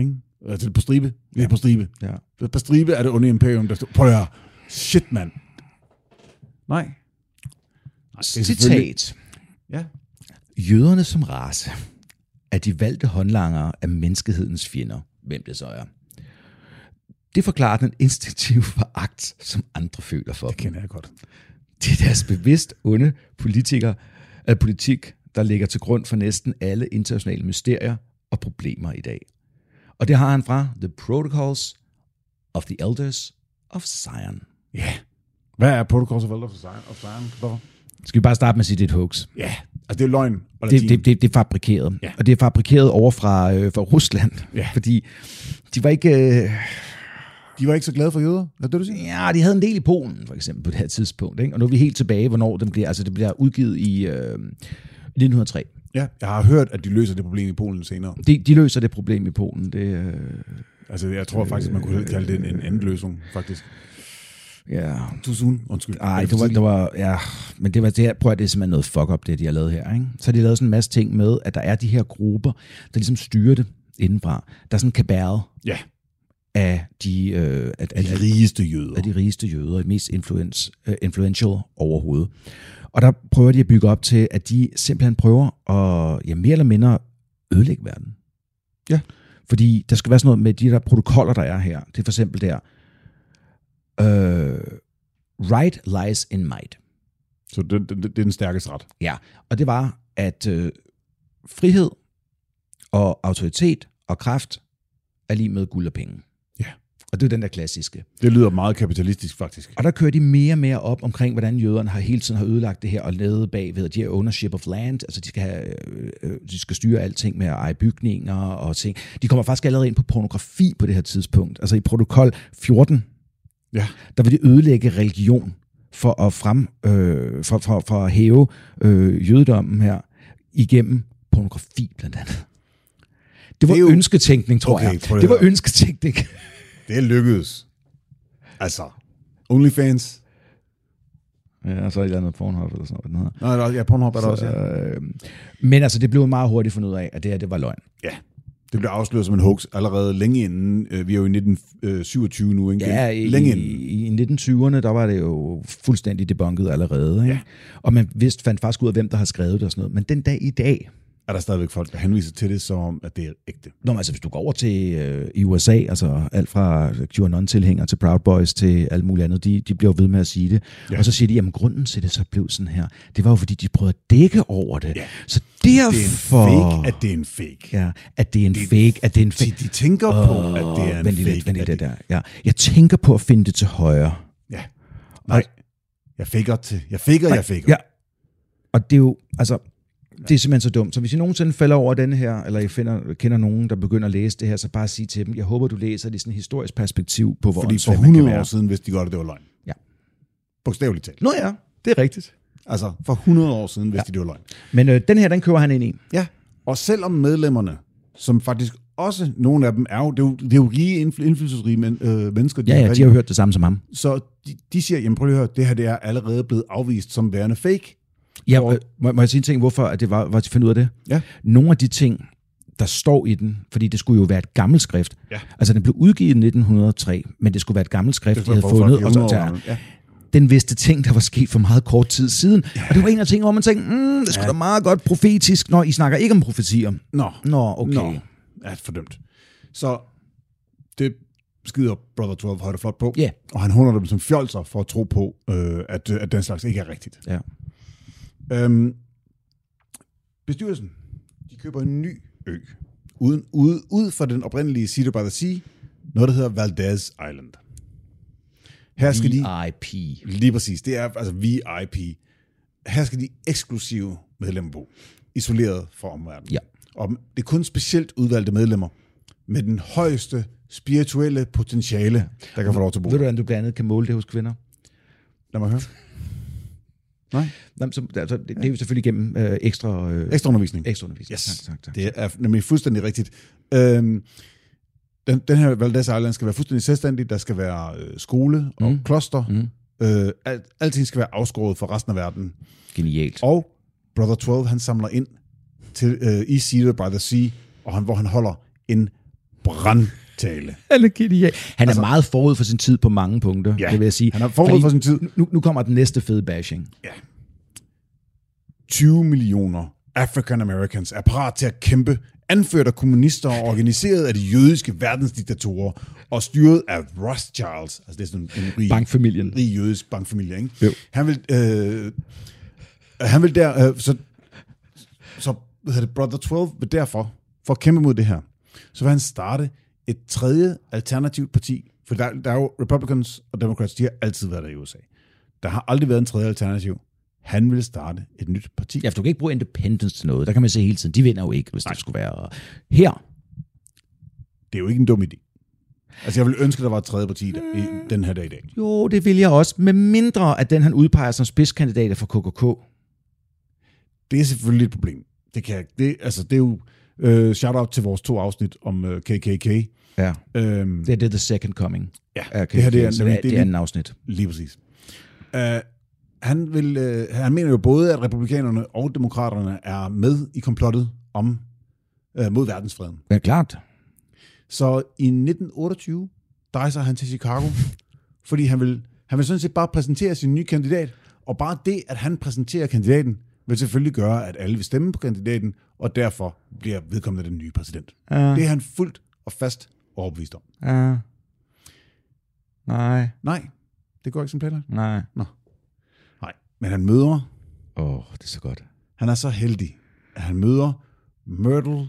Speaker 2: Ikke? Altså, det er på stribe. Det er på stribe.
Speaker 1: Ja.
Speaker 2: Det er på stribe er det onde imperium, der står... Prøv at høre. Shit, mand. Nej. Nej det er selvfølgelig-
Speaker 1: Citat.
Speaker 2: Ja.
Speaker 1: Jøderne som race er de valgte håndlangere af menneskehedens fjender, hvem det så er. Det forklarer den instinktive foragt, som andre føler for dem.
Speaker 2: Kender jeg godt.
Speaker 1: Det er deres bevidst onde politikere, øh, politik, der ligger til grund for næsten alle internationale mysterier og problemer i dag. Og det har han fra The Protocols of the Elders of Zion.
Speaker 2: Ja. Hvad er Protocols of Elder for Zion? Of Zion? Christoffer?
Speaker 1: Skal vi bare starte med at sige, det er et hoax?
Speaker 2: Ja. Altså, det er løgn. Og
Speaker 1: Det,
Speaker 2: latin.
Speaker 1: det, det, det er fabrikeret.
Speaker 2: Ja.
Speaker 1: Og det er fabrikeret over fra, øh, fra Rusland.
Speaker 2: Ja.
Speaker 1: Fordi de var ikke... Øh,
Speaker 2: De var ikke så glade for jøder. Er det det, du siger?
Speaker 1: ja, de havde en del i Polen, for eksempel, på det her tidspunkt. Ikke? Og nu er vi helt tilbage, hvornår den bliver... Altså, det bliver udgivet i øh, 1903.
Speaker 2: Ja. Jeg har hørt, at de løser det problem i Polen senere.
Speaker 1: De, de løser det problem i Polen. Det, øh,
Speaker 2: Altså, jeg tror faktisk, man kunne kalde det en, en anden løsning, faktisk.
Speaker 1: ja,
Speaker 2: Too soon, undskyld. Er
Speaker 1: Nej,
Speaker 2: det
Speaker 1: det
Speaker 2: for
Speaker 1: var,
Speaker 2: tidligt?
Speaker 1: det var, ja, men det var det her, prøv at det er simpelthen noget fuck up, det de har lavet her. Ikke? Så har de lavet sådan en masse ting med, at der er de her grupper, der ligesom styrer det indenfra. Der er sådan en kabale
Speaker 2: Ja,
Speaker 1: af de, øh, af, af,
Speaker 2: de rigeste jøder.
Speaker 1: af de rigeste jøder, de mest influence, øh, influential overhovedet. Og der prøver de at bygge op til, at de simpelthen prøver at ja, mere eller mindre ødelægge verden.
Speaker 2: Ja.
Speaker 1: Fordi der skal være sådan noget med de der protokoller, der er her. Det er for eksempel der, øh, right lies in might.
Speaker 2: Så det, det, det er den stærkeste ret.
Speaker 1: Ja, og det var, at øh, frihed og autoritet og kraft er lige med guld og penge.
Speaker 2: Ja.
Speaker 1: Og det er den der klassiske.
Speaker 2: Det lyder meget kapitalistisk, faktisk.
Speaker 1: Og der kører de mere og mere op omkring, hvordan jøderne har hele tiden har ødelagt det her og lavet bagved. De her ownership of land, altså de skal, have, øh, øh, de skal styre alting med at eje bygninger og ting. De kommer faktisk allerede ind på pornografi på det her tidspunkt. Altså i protokol 14,
Speaker 2: Ja.
Speaker 1: der vil de ødelægge religion for at, frem, øh, for, for, for at hæve øh, jødedommen her igennem pornografi blandt andet. Det var det
Speaker 2: Det er jo-
Speaker 1: ønsketænkning, tror
Speaker 2: Okay,
Speaker 1: jeg.
Speaker 2: prøv lige
Speaker 1: Det var
Speaker 2: at høre.
Speaker 1: ønsketænkning.
Speaker 2: Det lykkedes. Altså, OnlyFans.
Speaker 4: Ja, og så et eller andet Pornhub eller sådan noget, den hedder.
Speaker 2: Nej, der, er- ja, Pornhub er der også,
Speaker 4: Så,
Speaker 2: ja.
Speaker 4: øh,
Speaker 1: Men altså, det blev meget hurtigt fundet ud af, at det her, det var løgn.
Speaker 2: ja. Det blev afsløret som en hoax allerede længe inden. Øh, Vi er jo i 1927 nu, ikke?
Speaker 1: Ja, i,
Speaker 2: længe inden.
Speaker 1: i, i 1920'erne, der var det jo fuldstændig debunket allerede. Ikke? Ja. Og man vidste, fandt faktisk ud af, hvem der havde skrevet det og sådan noget. Men den dag i dag,
Speaker 2: Er der stadigvæk folk, der henviser til det som, om, at det er ægte?
Speaker 1: Nå, men altså, hvis du går over til øh, i USA, altså alt fra QAnon-tilhængere til Proud Boys til alt muligt andet, de, de bliver jo ved med at sige det. Ja. Og så siger de, jamen grunden til, at det så blev sådan her, det var jo, fordi de prøvede at dække over det. Ja. Så derfor...
Speaker 2: Det er en fake, at det er en fake.
Speaker 1: Ja, at det er en fake, at det er en
Speaker 2: De,
Speaker 1: fake.
Speaker 2: de tænker oh, på, at det er en
Speaker 1: Vent lige
Speaker 2: fake.
Speaker 1: lidt, vent lige
Speaker 2: at
Speaker 1: lidt der. Ja. Jeg tænker på at finde det til højre.
Speaker 2: Ja. Nej, jeg faker til. Jeg faker, jeg faker.
Speaker 1: Ja. Og det er jo, altså, det er simpelthen så dumt. Så hvis I nogensinde falder over den her, eller I finder, kender nogen, der begynder at læse det her, så bare sig til dem, jeg håber, du læser det i sådan et historisk perspektiv på, hvor
Speaker 2: Fordi for
Speaker 1: åndssvag man kan
Speaker 2: 100 år
Speaker 1: være.
Speaker 2: siden vidste de godt, at det var løgn.
Speaker 1: Ja.
Speaker 2: Bogstaveligt talt.
Speaker 1: Nå ja, det er rigtigt.
Speaker 2: Altså, for 100 år siden vidste ja. de, det var løgn.
Speaker 1: Men øh, den her, den kører han ind i.
Speaker 2: Ja. Og selvom medlemmerne, som faktisk også nogle af dem er jo, det er jo, det er jo rige, indfly- indflydelsesrige men, øh, mennesker, de
Speaker 1: Ja,
Speaker 2: er
Speaker 1: ja,
Speaker 2: fat
Speaker 1: de
Speaker 2: i.
Speaker 1: har jo hørt det samme som ham.
Speaker 2: så de, de siger, jamen prøv lige at høre, det her det er allerede blevet afvist som værende fake.
Speaker 1: Ja, øh, må, må jeg sige en ting, hvorfor at det var, var de fandt ud af det?
Speaker 2: Ja.
Speaker 1: Nogle af de ting, der står i den, fordi det skulle jo være et gammelt skrift. Ja. Altså, den blev udgivet i 1903, men det skulle være et gammelt skrift, de havde fundet. Og så, så,
Speaker 2: ja.
Speaker 1: den vidste ting, der var sket for meget kort tid siden. Ja. Og det var en af tingene, hvor man tænkte, mm, det skulle ja. da meget godt profetisk. Nå, I snakker ikke om profetier.
Speaker 2: Nå,
Speaker 1: Nå, okay.
Speaker 2: nå, ja, fordømt. Så det skider Brother 12 højt og flot på.
Speaker 1: Ja.
Speaker 2: Og han hunder dem som fjolser for at tro på, øh, at, øh, at den slags ikke er rigtigt.
Speaker 1: Ja.
Speaker 2: Øhm, bestyrelsen, de køber en ny ø. Uden, ude, ud fra den oprindelige Cedar by the Sea, noget der hedder Valdez Island. Her skal de,
Speaker 1: VIP.
Speaker 2: lige præcis, det er altså VIP. Her skal de eksklusive medlemmer bo, isoleret fra omverdenen.
Speaker 1: Ja.
Speaker 2: Og det er kun specielt udvalgte medlemmer med den højeste spirituelle potentiale, der kan få lov til at bo.
Speaker 1: Ved du, hvordan du blandt andet kan måle det hos kvinder?
Speaker 2: Lad mig høre. Nej,
Speaker 1: Nå, men så, altså, det, det er jo selvfølgelig gennem øh, ekstra, øh,
Speaker 2: ekstra undervisning.
Speaker 1: ekstra undervisning.
Speaker 2: Yes.
Speaker 1: Tak, tak, tak.
Speaker 2: Det er nemlig fuldstændig rigtigt. Øhm, den, den her Valdez Island skal være fuldstændig selvstændig. Der skal være øh, skole og mm. kloster. Mm. Øh, alt, alting skal være afskåret fra resten af verden.
Speaker 1: Genialt.
Speaker 2: Og Brother 12, han samler ind til, øh, i Cedar by the Sea, og han, hvor han holder en brandtale.
Speaker 1: Han er genial. Han er altså, meget forud for sin tid på mange punkter,
Speaker 2: Ja,
Speaker 1: det vil jeg sige.
Speaker 2: han er forud for sin tid.
Speaker 1: Nu, nu kommer den næste fede bashing.
Speaker 2: 20 millioner African Americans er parat til at kæmpe, anført af kommunister og organiseret af de jødiske verdensdiktatorer, og styret af Rothschilds, altså det er sådan en rig,
Speaker 1: Bankfamilien.
Speaker 2: rig jødisk bankfamilie, ikke? Jo. Han vil, øh, han vil der, øh, så, så hvad hedder det, Brother 12 vil derfor, for at kæmpe mod det her, så vil han starte et tredje alternativt parti, for der, der er jo Republicans og Democrats, de har altid været der i USA. Der har aldrig været en tredje alternativ. Han vil starte et nyt parti.
Speaker 1: Ja, for du kan ikke bruge independence til noget. Der kan man se hele tiden. De vinder jo ikke, hvis Nej. det skulle være... Her,
Speaker 2: det er jo ikke en dum idé. Altså, jeg ville ønske, der var et tredje parti i, i den her dag i dag.
Speaker 1: jo, det vil jeg også, med mindre at den, han udpeger som spidskandidat er for KKK.
Speaker 2: Det er selvfølgelig et problem. Det, kan, jeg- det, altså, det er jo... Øh, shout-out til vores to afsnit om øh, KKK.
Speaker 1: Ja.
Speaker 2: Øhm,
Speaker 1: Det er det, The Second Coming.
Speaker 2: Ja,
Speaker 1: af
Speaker 2: det her, det er
Speaker 1: KKK, så det,
Speaker 2: nemlig- det er
Speaker 1: det
Speaker 2: lige-
Speaker 1: er anden afsnit.
Speaker 2: lige præcis. Øh, han, vil, øh, han mener jo både, at republikanerne og demokraterne er med i komplottet om øh, mod verdensfreden.
Speaker 1: Ja, klart.
Speaker 2: Så i 1928 dejser han til Chicago, fordi han vil, han vil sådan set bare præsentere sin nye kandidat, og bare det, at han præsenterer kandidaten, vil selvfølgelig gøre, at alle vil stemme på kandidaten, og derfor bliver vedkommende den nye præsident. Uh. Det er han fuldt og fast overbevist om.
Speaker 1: Ja. Nej,
Speaker 2: Nej, det går ikke som planlagt.
Speaker 1: nej.
Speaker 2: Nej, men han møder,
Speaker 1: Åh, oh, det er så godt.
Speaker 2: han er så heldig, at han møder Myrtle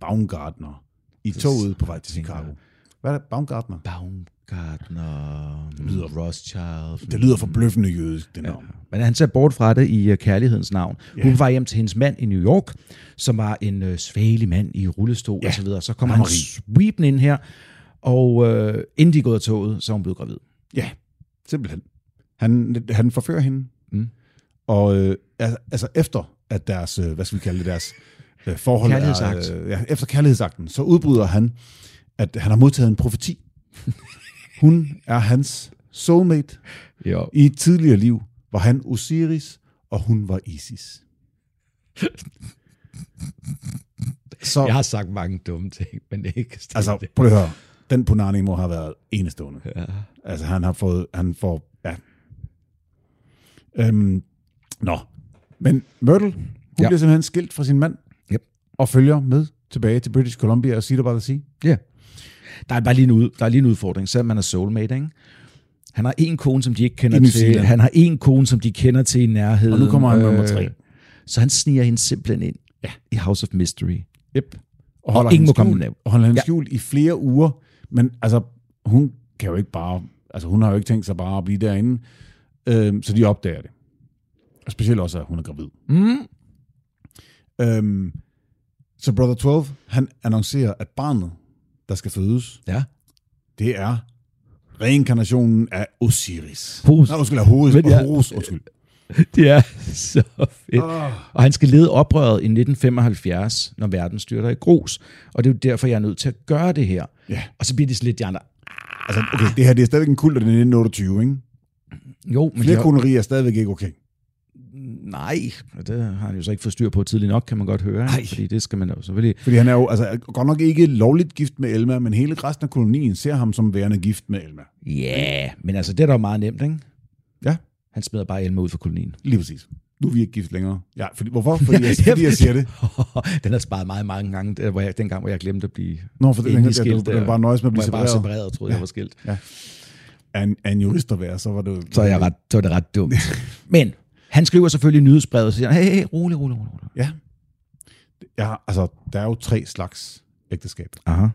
Speaker 2: Baumgartner i toget på vej til Chicago. Hvad er det? Baumgartner?
Speaker 1: Baumgartner,
Speaker 2: lyder-
Speaker 1: Rothschild.
Speaker 2: Det lyder forbløffende jødisk, det navn.
Speaker 1: Men han ser bort fra det i øh, kærlighedens navn. Yeah. Hun var hjem til hendes mand i New York, som var en øh, svagelig mand i rullestol yeah. og så videre. Så kommer
Speaker 2: Han
Speaker 1: han
Speaker 2: var
Speaker 1: sweepende ind her, og øh, inden de er gået af toget, så er hun blevet gravid.
Speaker 2: Ja, simpelthen. Han, han forfører hende. Mm. Og øh, al- altså efter, at deres, øh, hvad skal vi kalde det, deres øh, forhold
Speaker 1: Kærlighedsakt.
Speaker 2: er... Øh, ja, efter kærlighedsakten, så udbryder han, at han har modtaget en profeti. Hun er hans soulmate
Speaker 4: Jo.
Speaker 2: i et tidligere liv, var han Osiris, og hun var Isis. Så,
Speaker 4: Jeg har sagt mange dumme ting, men det er ikke
Speaker 2: Altså,
Speaker 4: det.
Speaker 2: prøv at høre. Den Punani må have været enestående. Ja. Altså, han har fået... Han får... Ja. Øhm, nå. Men Myrtle, hun ja.
Speaker 1: Ja.
Speaker 2: bliver simpelthen skilt fra sin mand.
Speaker 1: Yep.
Speaker 2: Og følger med tilbage til British Columbia og siger bare at sige.
Speaker 1: Ja. Der er bare lige en, ud, der er lige en udfordring, selvom man er soulmate, ikke? Han har en kone, som de ikke kender
Speaker 2: I New
Speaker 1: til.
Speaker 2: Zealand.
Speaker 1: Han har en kone, som de kender til i nærheden.
Speaker 2: Og nu kommer han øh, nummer tre.
Speaker 1: Så han sniger hende simpelthen ind ja. i House of Mystery.
Speaker 2: Yep. Og holder
Speaker 1: ingen
Speaker 2: hende
Speaker 1: må komme
Speaker 2: skjult,
Speaker 1: ned.
Speaker 2: og holder hende
Speaker 1: Ja.
Speaker 2: skjult i flere uger. Men altså, hun kan jo ikke bare... Altså, hun har jo ikke tænkt sig bare at blive derinde. Øhm, så de opdager det. Og specielt også, at hun er gravid.
Speaker 1: Mm.
Speaker 2: Øhm, så Brother 12, han annoncerer, at barnet, der skal fødes,
Speaker 1: Ja.
Speaker 2: det er reinkarnationen af Osiris.
Speaker 1: Horus.
Speaker 2: Nej, undskyld, af Horus.
Speaker 1: Men
Speaker 2: Men,
Speaker 1: ja. Ah.
Speaker 2: ja. Horus, undskyld.
Speaker 1: Det er så fedt.
Speaker 2: Oh.
Speaker 1: Og han skal lede oprøret i 1975, når verden styrter i grus. Og det er jo derfor, jeg er nødt til at gøre det her.
Speaker 2: Ja.
Speaker 1: Og så bliver de sådan lidt de andre.
Speaker 2: Altså, okay, det her det er stadigvæk en kult, og det er 1928, ikke?
Speaker 1: Jo, men de
Speaker 2: Flere
Speaker 1: har-
Speaker 2: konerier er stadigvæk ikke okay.
Speaker 1: Nej, og det har han jo så ikke fået styr på tidligt nok, kan man godt høre.
Speaker 2: Nej.
Speaker 1: Ikke? Fordi det skal man jo selvfølgelig...
Speaker 2: Fordi han er jo altså, godt nok ikke lovligt gift med Elma, men hele resten af kolonien ser ham som værende gift med Elma.
Speaker 1: Ja, yeah, men altså, det er da meget nemt, ikke?
Speaker 2: Ja,
Speaker 1: Han smider bare Elma ud for kolonien.
Speaker 2: lige præcis. Nu er vi ikke gift længere. Ja, fordi, hvorfor? Fordi jeg, fordi jeg siger det.
Speaker 1: Den har sparet meget mange gange, der, hvor jeg, dengang, hvor jeg glemte at blive
Speaker 2: Nå, for det,
Speaker 1: endelig
Speaker 2: jeg, jeg, jeg,
Speaker 1: skilt.
Speaker 2: jeg, bare nøjes med at blive
Speaker 1: separeret. Jeg bare
Speaker 2: separeret
Speaker 1: separeret, troede ja. jeg var skilt.
Speaker 2: af en, af en jurist at være, så var det jo-
Speaker 1: Så, er jeg ret, så er det ret dumt. men han skriver selvfølgelig nyhedsbrevet og siger, hey, hey, rolig, rolig, rolig. rolig.
Speaker 2: Ja. Jeg har, altså, der er jo tre slags ægteskab.
Speaker 1: Aha.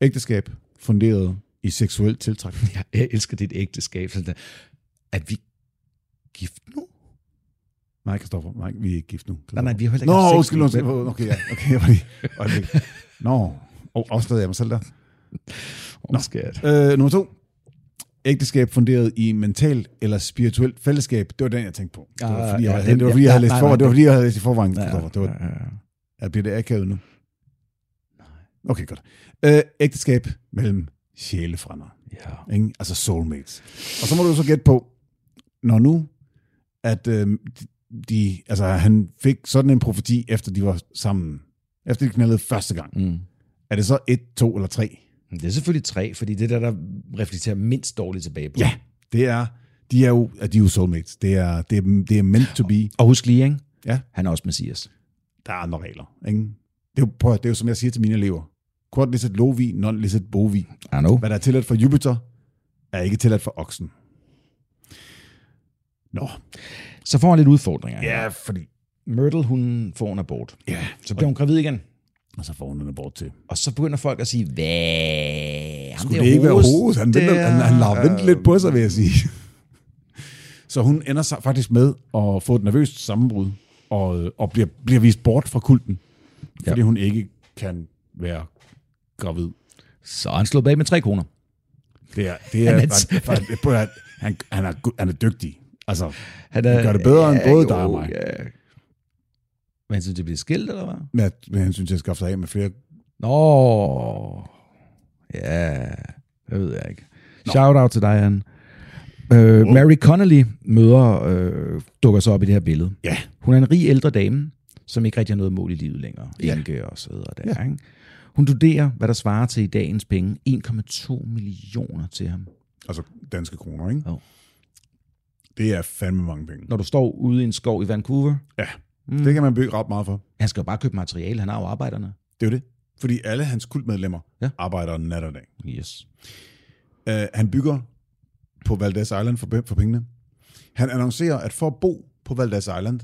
Speaker 2: Ægteskab funderet i seksuel tiltrækning.
Speaker 1: Jeg, jeg elsker dit ægteskab. Sådan der. Er vi gift nu?
Speaker 2: Nej, Kristoffer, nej, vi er ikke gift nu.
Speaker 1: Nej, nej, vi har heller ikke haft
Speaker 2: Nå,
Speaker 1: sex
Speaker 2: undskyld,
Speaker 1: nu,
Speaker 2: undskyld.
Speaker 1: vel?
Speaker 2: Okay, ja. Okay, jeg var lige... øjeblik. Nå, og afslørede jeg mig selv der.
Speaker 1: Nå, skat.
Speaker 2: Øh, nummer to. Ægteskab funderet i mentalt eller spirituelt fællesskab. Det var den, jeg tænkte på. Det var
Speaker 1: Ah,
Speaker 2: fordi,
Speaker 1: ja,
Speaker 2: jeg, havde,
Speaker 1: den-
Speaker 2: det var, fordi, jeg
Speaker 1: ja,
Speaker 2: havde læst
Speaker 1: nej,
Speaker 2: for,
Speaker 1: nej,
Speaker 2: det var, fordi, jeg havde læst i forvejen,
Speaker 1: Ja,
Speaker 2: Kristoffer. Det
Speaker 1: ja,
Speaker 2: var,
Speaker 1: ja.
Speaker 2: jeg bliver det akavet nu. Okay, godt. Øh, ægteskab mellem sjælefrænder.
Speaker 1: ja.
Speaker 2: Ikke? Altså soulmates. Og så må du så gætte på, når nu, at øh, de, altså, han fik sådan en profeti, efter de var sammen. Efter de knaldede første gang.
Speaker 1: Mm.
Speaker 2: Er det så et, to eller tre?
Speaker 1: Det er selvfølgelig tre, fordi det er der, der reflekterer mindst dårligt tilbage på.
Speaker 2: Det er, de er jo, at de er jo soulmates. Det er, det, er, det er meant to be.
Speaker 1: Og husk lige, ikke?
Speaker 2: Ja.
Speaker 1: Han er også messias.
Speaker 2: Der er andre regler. Ikke? Det, er jo, prøv, at- det er jo, som jeg siger til mine elever. Kort licet lovi, non licet bovi.
Speaker 1: I know.
Speaker 2: Hvad der er tilladt for Jupiter, er ikke tilladt for oksen. Nå,
Speaker 1: Så får han lidt udfordringer.
Speaker 2: ja, fordi...
Speaker 1: Myrtle, hun får en abort.
Speaker 2: Ja,
Speaker 1: Så bliver hun gravid igen.
Speaker 2: Og så får hun en abort til.
Speaker 1: Og så begynder folk at sige, hvad? Ham
Speaker 2: Skulle
Speaker 1: der
Speaker 2: det ikke
Speaker 1: Horus,
Speaker 2: være hovedet? Han, venter,
Speaker 1: der-
Speaker 2: han, han lader vente lidt på sig, vil jeg sige. Så hun ender sig faktisk med at få et nervøst sammenbrud, og, og bliver, bliver vist bort fra kulten,
Speaker 1: Ja.
Speaker 2: fordi hun ikke kan være gravid.
Speaker 1: Så er han slået bag med tre koner.
Speaker 2: Det er, det er,
Speaker 1: Han
Speaker 2: han,
Speaker 1: er-
Speaker 2: er, prøv at høre, han, han, er, gu- han er dygtig. Altså,
Speaker 1: Han er,
Speaker 2: gør det bedre end både dig og mig.
Speaker 1: Ja. Men han synes, det bliver skilt, eller hvad?
Speaker 2: med, med hensyn til at skaffe sig af med flere.
Speaker 1: Nå. Ja, det ved jeg ikke. Shout out til dig, Anne. Øh, Mary Connolly møder, øh, dukker så op i det her billede.
Speaker 2: Ja.
Speaker 1: Hun er en rig ældre dame, som ikke rigtig har noget mål i livet længere. Enke og så videre der, ja. ikke? Hun doderer, hvad der svarer til i dagens penge, 1,2 millioner til ham.
Speaker 2: Altså, danske kroner, ikke?
Speaker 1: Jo.
Speaker 2: Det er fandme mange penge.
Speaker 1: Når du står ude i en skov i Vancouver,
Speaker 2: Ja, det kan man bygge ret meget for.
Speaker 1: han skal jo bare købe materiale, han har jo arbejderne.
Speaker 2: Det er jo det. Fordi alle hans kultmedlemmer
Speaker 1: Ja.
Speaker 2: ja. arbejder nat og dag.
Speaker 1: Yes.
Speaker 2: Uh, han bygger på Valdez Island for, for pengene. Han annoncerer, at for at bo på Valdez Island,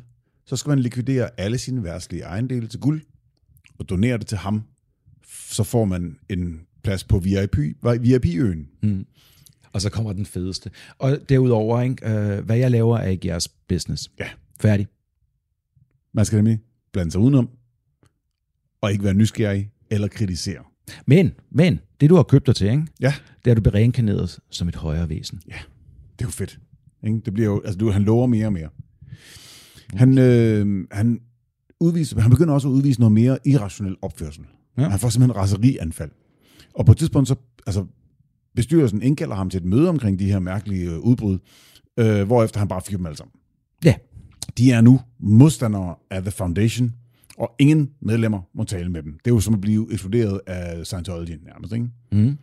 Speaker 2: så skal man likvidere alle sine værtslige ejendele til guld og donere det til ham. F- Så får man en plads på VIP, VIP-øen.
Speaker 1: Og så kommer den fedeste. Og derudover, ikke, øh, hvad jeg laver, er ikke jeres business.
Speaker 2: Ja.
Speaker 1: Færdig.
Speaker 2: Man skal nemlig blande sig udenom og ikke være nysgerrig eller kritisere.
Speaker 1: Men, men, det du har købt dig til, ikke?
Speaker 2: Ja,
Speaker 1: det er, at du bliver reinkarneret som et højere væsen.
Speaker 2: ja. det er jo fedt. Ikke? Det bliver jo, altså, du, han lover mere og mere. Han, øh, han, udviser, han begynder også at udvise noget mere irrationel opførsel.
Speaker 1: Ja.
Speaker 2: Ja. Han får simpelthen raserianfald. Og på et tidspunkt, så, altså, Bestyrelsen indkalder ham til et møde omkring de her mærkelige øh, udbrud, øh, hvorefter han bare fyrer dem alle sammen.
Speaker 1: Ja.
Speaker 2: De er nu modstandere af The Foundation, og ingen medlemmer må tale med dem. Det er jo som at blive ekskluderet af Scientology nærmest, ikke?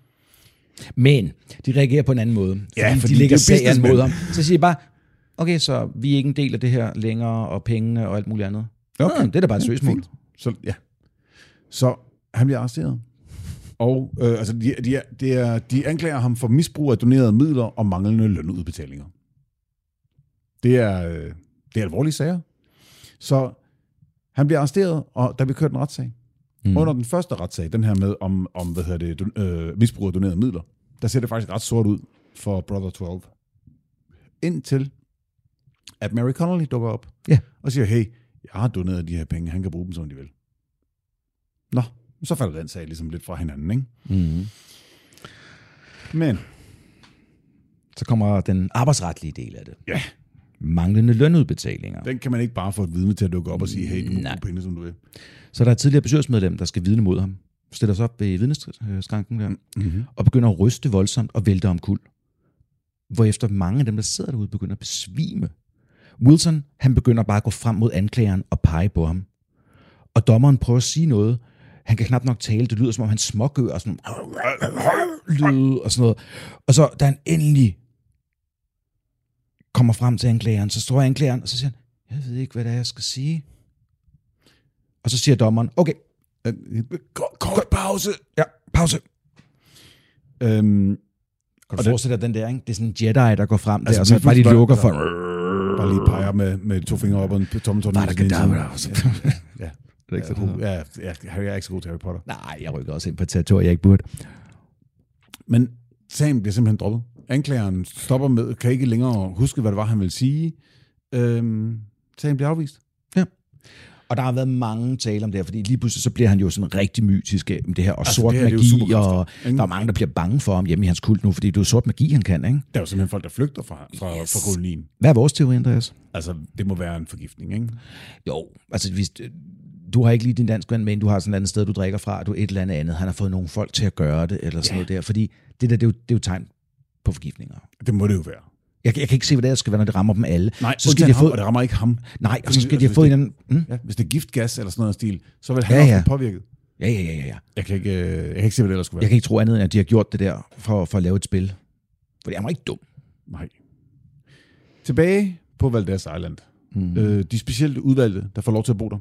Speaker 1: Men de reagerer på en anden måde. Fordi
Speaker 2: Ja,
Speaker 1: ja, fordi
Speaker 2: fordi
Speaker 1: de lægger
Speaker 2: det er jo
Speaker 1: sagen mod ham.
Speaker 2: businessmen.
Speaker 1: Så siger de bare, okay, så vi er ikke en del af det her længere, og pengene og alt muligt andet. Okay.
Speaker 2: Okay.
Speaker 1: Ja, Ah, det er da bare et søgsmål.
Speaker 2: Fint. Så, ja. Så han bliver arresteret. Og øh, altså, de, de, er- de, er, de anklager ham for misbrug af donerede midler og manglende lønudbetalinger. Det er, øh, det er alvorlige sager. Så han bliver arresteret, og der bliver kørt en retssag. Mm. Under den første retssag, den her med om, om hvad hedder det, don, øh, misbrug af donerede midler, der ser det faktisk ret sort ud for Brother 12. Indtil at Mary Connolly dukker op
Speaker 1: Ja.
Speaker 2: og siger, hey, jeg har doneret de her penge, han kan bruge dem, som de vil. Nå, så falder den sag ligesom lidt fra hinanden, ikke?
Speaker 4: Mm.
Speaker 2: Men,
Speaker 1: Så kommer den arbejdsretlige del af det.
Speaker 2: ja,
Speaker 1: Manglende lønudbetalinger.
Speaker 2: den kan man ikke bare få et vidne til at dukke op og sige, hey, du må
Speaker 1: Nej.
Speaker 2: bruge penge, som du vil.
Speaker 1: Så der er et tidligere bestyrelsesmedlem, der skal vidne mod ham. Stiller sig op ved vidneskranken der, mm-hmm. og begynder at ryste voldsomt og vælte om kul. Hvorefter mange af dem, der sidder derude, begynder at besvime. Wilson, han begynder bare at gå frem mod anklageren og pege på ham. Og dommeren prøver at sige noget. Han kan knap nok tale. Det lyder, som om han smågør og sådan lyde og sådan noget. Og så, da han endelig kommer frem til anklageren, så står anklageren, og så siger han, jeg ved ikke, hvad det er, jeg skal sige. Og så siger dommeren, okay,
Speaker 2: Øh, ko- Kort pause!
Speaker 1: ja, pause.
Speaker 2: Øhm,
Speaker 1: Kan du forestille dig den der, ikke? Det er sådan en Jedi, der går frem altså, der,
Speaker 2: Altså,
Speaker 1: og så
Speaker 2: lige
Speaker 1: bare de
Speaker 2: pludselig
Speaker 1: lukker
Speaker 2: bare-
Speaker 1: for...
Speaker 2: bare lige peger med, med to fingre op og en tomme tomme.
Speaker 1: altså.
Speaker 2: Ja,
Speaker 4: Det er ikke så det hedder.
Speaker 2: ja, ja, Harry er ikke så god til Harry Potter.
Speaker 1: Nej, jeg rykker også ind på et territorium, jeg ikke burde.
Speaker 2: Men sagen bliver simpelthen droppet. Anklageren stopper med, kan ikke længere huske, hvad det var, han ville sige. Øhm, sagen bliver afvist.
Speaker 1: Og der har været mange tale om det her, fordi lige pludselig så bliver han jo sådan rigtig mytisk om det her, og altså, sort
Speaker 2: det her, det er jo
Speaker 1: magi,
Speaker 2: superkræfter,
Speaker 1: og
Speaker 2: ikke?
Speaker 1: der er mange, der bliver bange for ham hjemme i hans kult nu, fordi det er jo sort magi, han kan, ikke?
Speaker 2: Der er jo simpelthen folk, der flygter fra, fra, yes. fra kolonien.
Speaker 1: Hvad er vores teori, Andreas?
Speaker 2: Altså, det må være en forgiftning, ikke?
Speaker 1: Jo, altså hvis, du har ikke lige din dansk ven, men du har sådan et andet sted, du drikker fra, og du er et eller andet andet. Han har fået nogle folk til at gøre det, eller sådan ja. noget der, fordi det der, det er jo, det er jo tegn på forgiftninger.
Speaker 2: Det må det jo være.
Speaker 1: Jeg, jeg kan ikke se, hvad det er, der skal være, når det rammer dem alle.
Speaker 2: Nej,
Speaker 1: så skal de
Speaker 2: ham,
Speaker 1: have
Speaker 2: og
Speaker 1: fået,
Speaker 2: det rammer ikke ham.
Speaker 1: nej, og så
Speaker 2: Fordi,
Speaker 1: skal de
Speaker 2: altså,
Speaker 1: have fået
Speaker 2: hvis
Speaker 1: hinanden. Mm?
Speaker 2: Ja, hvis det er giftgas eller sådan noget stil, så vil han
Speaker 1: Ja,
Speaker 2: ja, også
Speaker 1: ja.
Speaker 2: blive påvirket.
Speaker 1: Ja, ja, ja, ja, ja.
Speaker 2: Jeg kan ikke, øh, jeg kan ikke se, hvad det ellers skulle
Speaker 1: Jeg
Speaker 2: være.
Speaker 1: kan ikke tro andet, end at de har gjort det der for, for at lave et spil. For jeg er ikke dum.
Speaker 2: Nej. Tilbage på Valdez Island. Mm. Øh, de specielt udvalgte, der får lov til at bo der.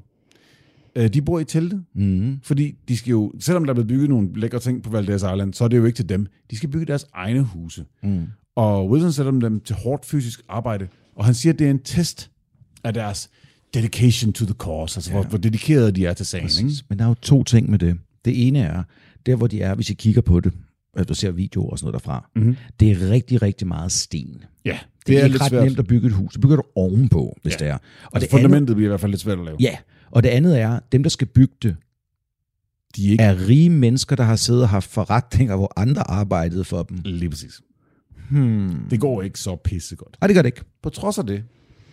Speaker 2: Øh, de bor i telte,
Speaker 1: Mm.
Speaker 2: fordi de skal jo, selvom der er blevet bygget nogle lækre ting på Valdez Island, så er det jo ikke til dem. De skal bygge deres egne huse. Mm. Og Wilson sætter dem- dem til hårdt fysisk arbejde, og han siger, at det er en test af deres dedication to the cause, altså ja. hvor, hvor dedikerede de er til sagen. Ikke?
Speaker 1: Men der er jo to ting med det. Det ene er, der hvor de er, hvis I kigger på det, og du ser videoer og sådan noget derfra, mm-hmm. det er rigtig, rigtig meget sten.
Speaker 2: Ja,
Speaker 1: Det, det er, er ikke ret svært. nemt at bygge et hus. Det bygger du ovenpå, hvis
Speaker 2: Ja.
Speaker 1: ja. det er. Og
Speaker 2: Altså,
Speaker 1: det andet,
Speaker 2: fundamentet bliver i hvert fald lidt svært at lave.
Speaker 1: ja, og det andet er, dem der skal bygge det,
Speaker 2: De er ikke
Speaker 1: er rige mennesker, der har siddet og haft forretninger, hvor andre arbejdede for dem.
Speaker 2: lige præcis. Hmm. Det går ikke så pissegodt.
Speaker 1: Nej, det gør det ikke.
Speaker 2: På trods af det,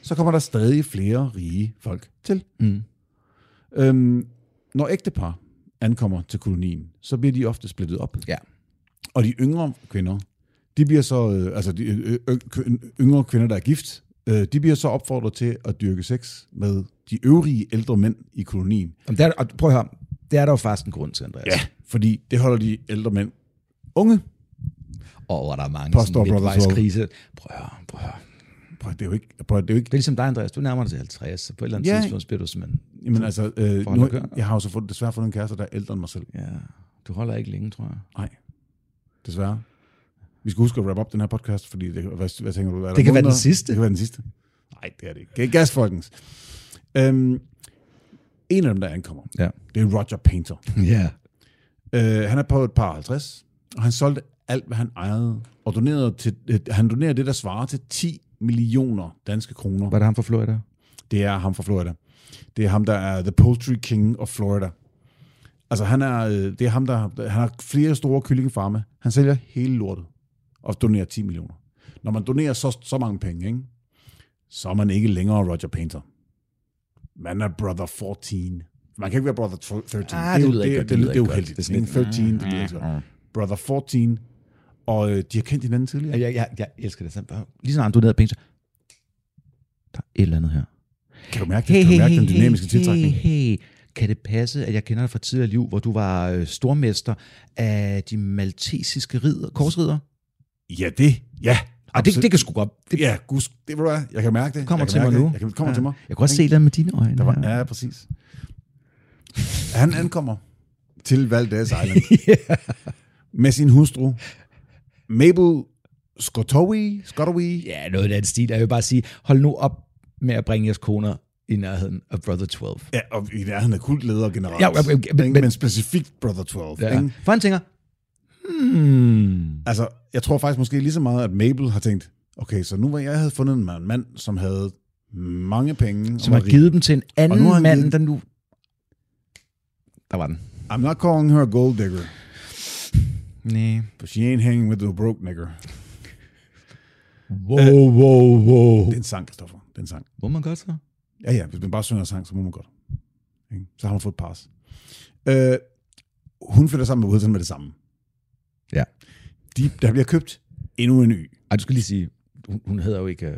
Speaker 2: så kommer der stadig flere rige folk til. Mm. Øhm, når ægtepar ankommer til kolonien, så bliver de ofte splittet op.
Speaker 1: Ja.
Speaker 2: Og de yngre kvinder, de bliver så, øh, altså de øh, øh, kø- yngre kvinder, der er gift, øh, de bliver så opfordret til at dyrke sex med de øvrige ældre mænd i kolonien.
Speaker 1: Jamen, Der, er- og prøv at høre, det er der jo faktisk en grund til, Andreas.
Speaker 2: Fordi det holder de ældre mænd unge.
Speaker 1: Og hvor der er mange
Speaker 2: Påstår
Speaker 1: sådan
Speaker 2: Brothers
Speaker 1: midtvejskrise. Prøv at høre, prøv at høre.
Speaker 2: Prøv, det er jo ikke, prøv, det er jo ikke
Speaker 1: Det er ligesom dig, Andreas. Du nærmer dig til 50, så på et eller andet
Speaker 2: Ja.
Speaker 1: ja. tidspunkt spiller du simpelthen...
Speaker 2: Jamen altså, øh,
Speaker 4: Forhold
Speaker 2: nu,
Speaker 4: at gøre.
Speaker 2: jeg har jo så fået, desværre fundet en kæreste, der er ældre end mig selv.
Speaker 4: Ja, du holder ikke længe, tror jeg.
Speaker 2: Nej, desværre. Vi skal huske at wrap up den her podcast, fordi det, hvad, hvad tænker du? Er der
Speaker 1: Det kan være
Speaker 2: måneder?
Speaker 1: den sidste.
Speaker 2: Det kan være den sidste. Nej, det er det ikke. Det er gas, folkens. Øhm, en af dem, der ankommer,
Speaker 4: Ja.
Speaker 2: det er Roger Painter.
Speaker 4: Ja.
Speaker 2: Øh, han er på et par 50, og han solgte alt, hvad han ejede, og donerede til, øh, han donerede det, der svarer til 10 millioner danske kroner.
Speaker 4: Var det ham fra Florida?
Speaker 2: Det er ham fra Florida. Det er ham, der er The Poultry King of Florida. Altså, han er, øh, det er ham, der han har flere store kyllingefarme. Han sælger hele lortet og donerer 10 millioner. Når man donerer så, så mange penge, ikke? så er man ikke længere Roger Painter. Man er Brother 14. Man kan ikke være Brother 13.
Speaker 1: Ah, det
Speaker 2: er jo-
Speaker 1: lyder ikke
Speaker 2: er-
Speaker 1: godt,
Speaker 2: det,
Speaker 1: det lyder
Speaker 2: lyder- det er
Speaker 1: ikke
Speaker 2: jo
Speaker 1: godt.
Speaker 2: heldigt.
Speaker 1: Det er
Speaker 2: Det
Speaker 1: sådan
Speaker 2: er 13, det lyder ikke så godt. Brother 14, og øh, de har kendt hinanden tidligere.
Speaker 1: Jeg, jeg, jeg, jeg elsker det. Sådan, bare- Lige sådan, du ned penge, så... Der er et eller andet her.
Speaker 2: Kan du mærke det? Kan du mærke den dynamiske tiltrækning?
Speaker 1: Hey, hey. Kan det passe, at jeg kender dig fra tidligere liv, hvor du var øh, stormester af de maltesiske ridder, korsridder?
Speaker 2: Ja, det. Ja.
Speaker 1: Ah, det, det kan sgu godt. Det
Speaker 2: Ja, gus, det ved du hvad, jeg kan mærke det.
Speaker 1: kommer
Speaker 2: jeg kan
Speaker 1: til mig
Speaker 2: mærke
Speaker 1: nu.
Speaker 2: Det. Jeg kan, kommer
Speaker 1: ja.
Speaker 2: til mig.
Speaker 1: Jeg kunne også se det med dine øjne.
Speaker 2: Der var,
Speaker 1: ja.
Speaker 2: ja, præcis. Han ankommer til Valdez Island med sin hustru, Mabel Scotowi. Scotowi.
Speaker 1: ja, noget af den stil. Jeg vil bare sige, hold nu op med at bringe jeres koner i nærheden af Brother 12.
Speaker 2: Ja, og i nærheden af kultleder generelt.
Speaker 1: Ja, ja, ja, men-
Speaker 2: men, men, specifikt Brother 12. Ja.
Speaker 1: Ja.
Speaker 2: Ikke?
Speaker 1: For han tænker, hmm,
Speaker 2: Altså, jeg tror faktisk måske lige så meget, at Mabel har tænkt, okay, så nu hvor jeg havde fundet en mand, en mand som havde mange penge,
Speaker 1: som
Speaker 2: og
Speaker 1: har
Speaker 2: var rig.
Speaker 1: givet dem til en
Speaker 2: Og nu
Speaker 1: anden
Speaker 2: har han
Speaker 1: mand,
Speaker 2: givet-
Speaker 1: der nu... Der var den.
Speaker 2: I'm not calling her a gold digger,
Speaker 1: Nej.
Speaker 2: but she ain't hanging with no broke nigger.
Speaker 1: Wow,
Speaker 2: Øh.
Speaker 1: wow, wow.
Speaker 2: Det er en sang, Kristoffer. Det er en sang.
Speaker 1: Må man godt så?
Speaker 2: Ja, ja, hvis man bare synger en sang, så må man godt. Ikke? Så har man fået et pass. Øh, hun flytter sammen med Wilson med det samme.
Speaker 1: Ja.
Speaker 2: De, der bliver købt endnu en y.
Speaker 1: Ej, du skal lige sige, hun, hun hedder jo ikke øh,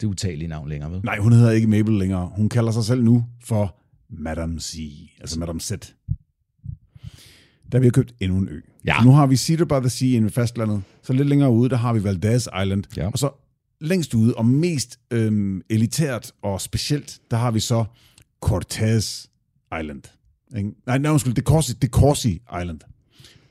Speaker 1: det utalelige navn længere, vel?
Speaker 2: Nej, hun hedder ikke Mabel længere. Hun kalder sig selv nu for Madame C. Altså Madame Z. Der bliver købt endnu en ø.
Speaker 1: Ja.
Speaker 2: Nu har vi Cedar by the Sea inde ved fastlandet. Så lidt længere ude, der har vi Valdez Island.
Speaker 1: Ja.
Speaker 2: Og så længst ude og mest øhm, elitært og specielt, der har vi så Cortez Island. Ikke? Nej, nej, undskyld, det er Corsi, det er Corsi Island.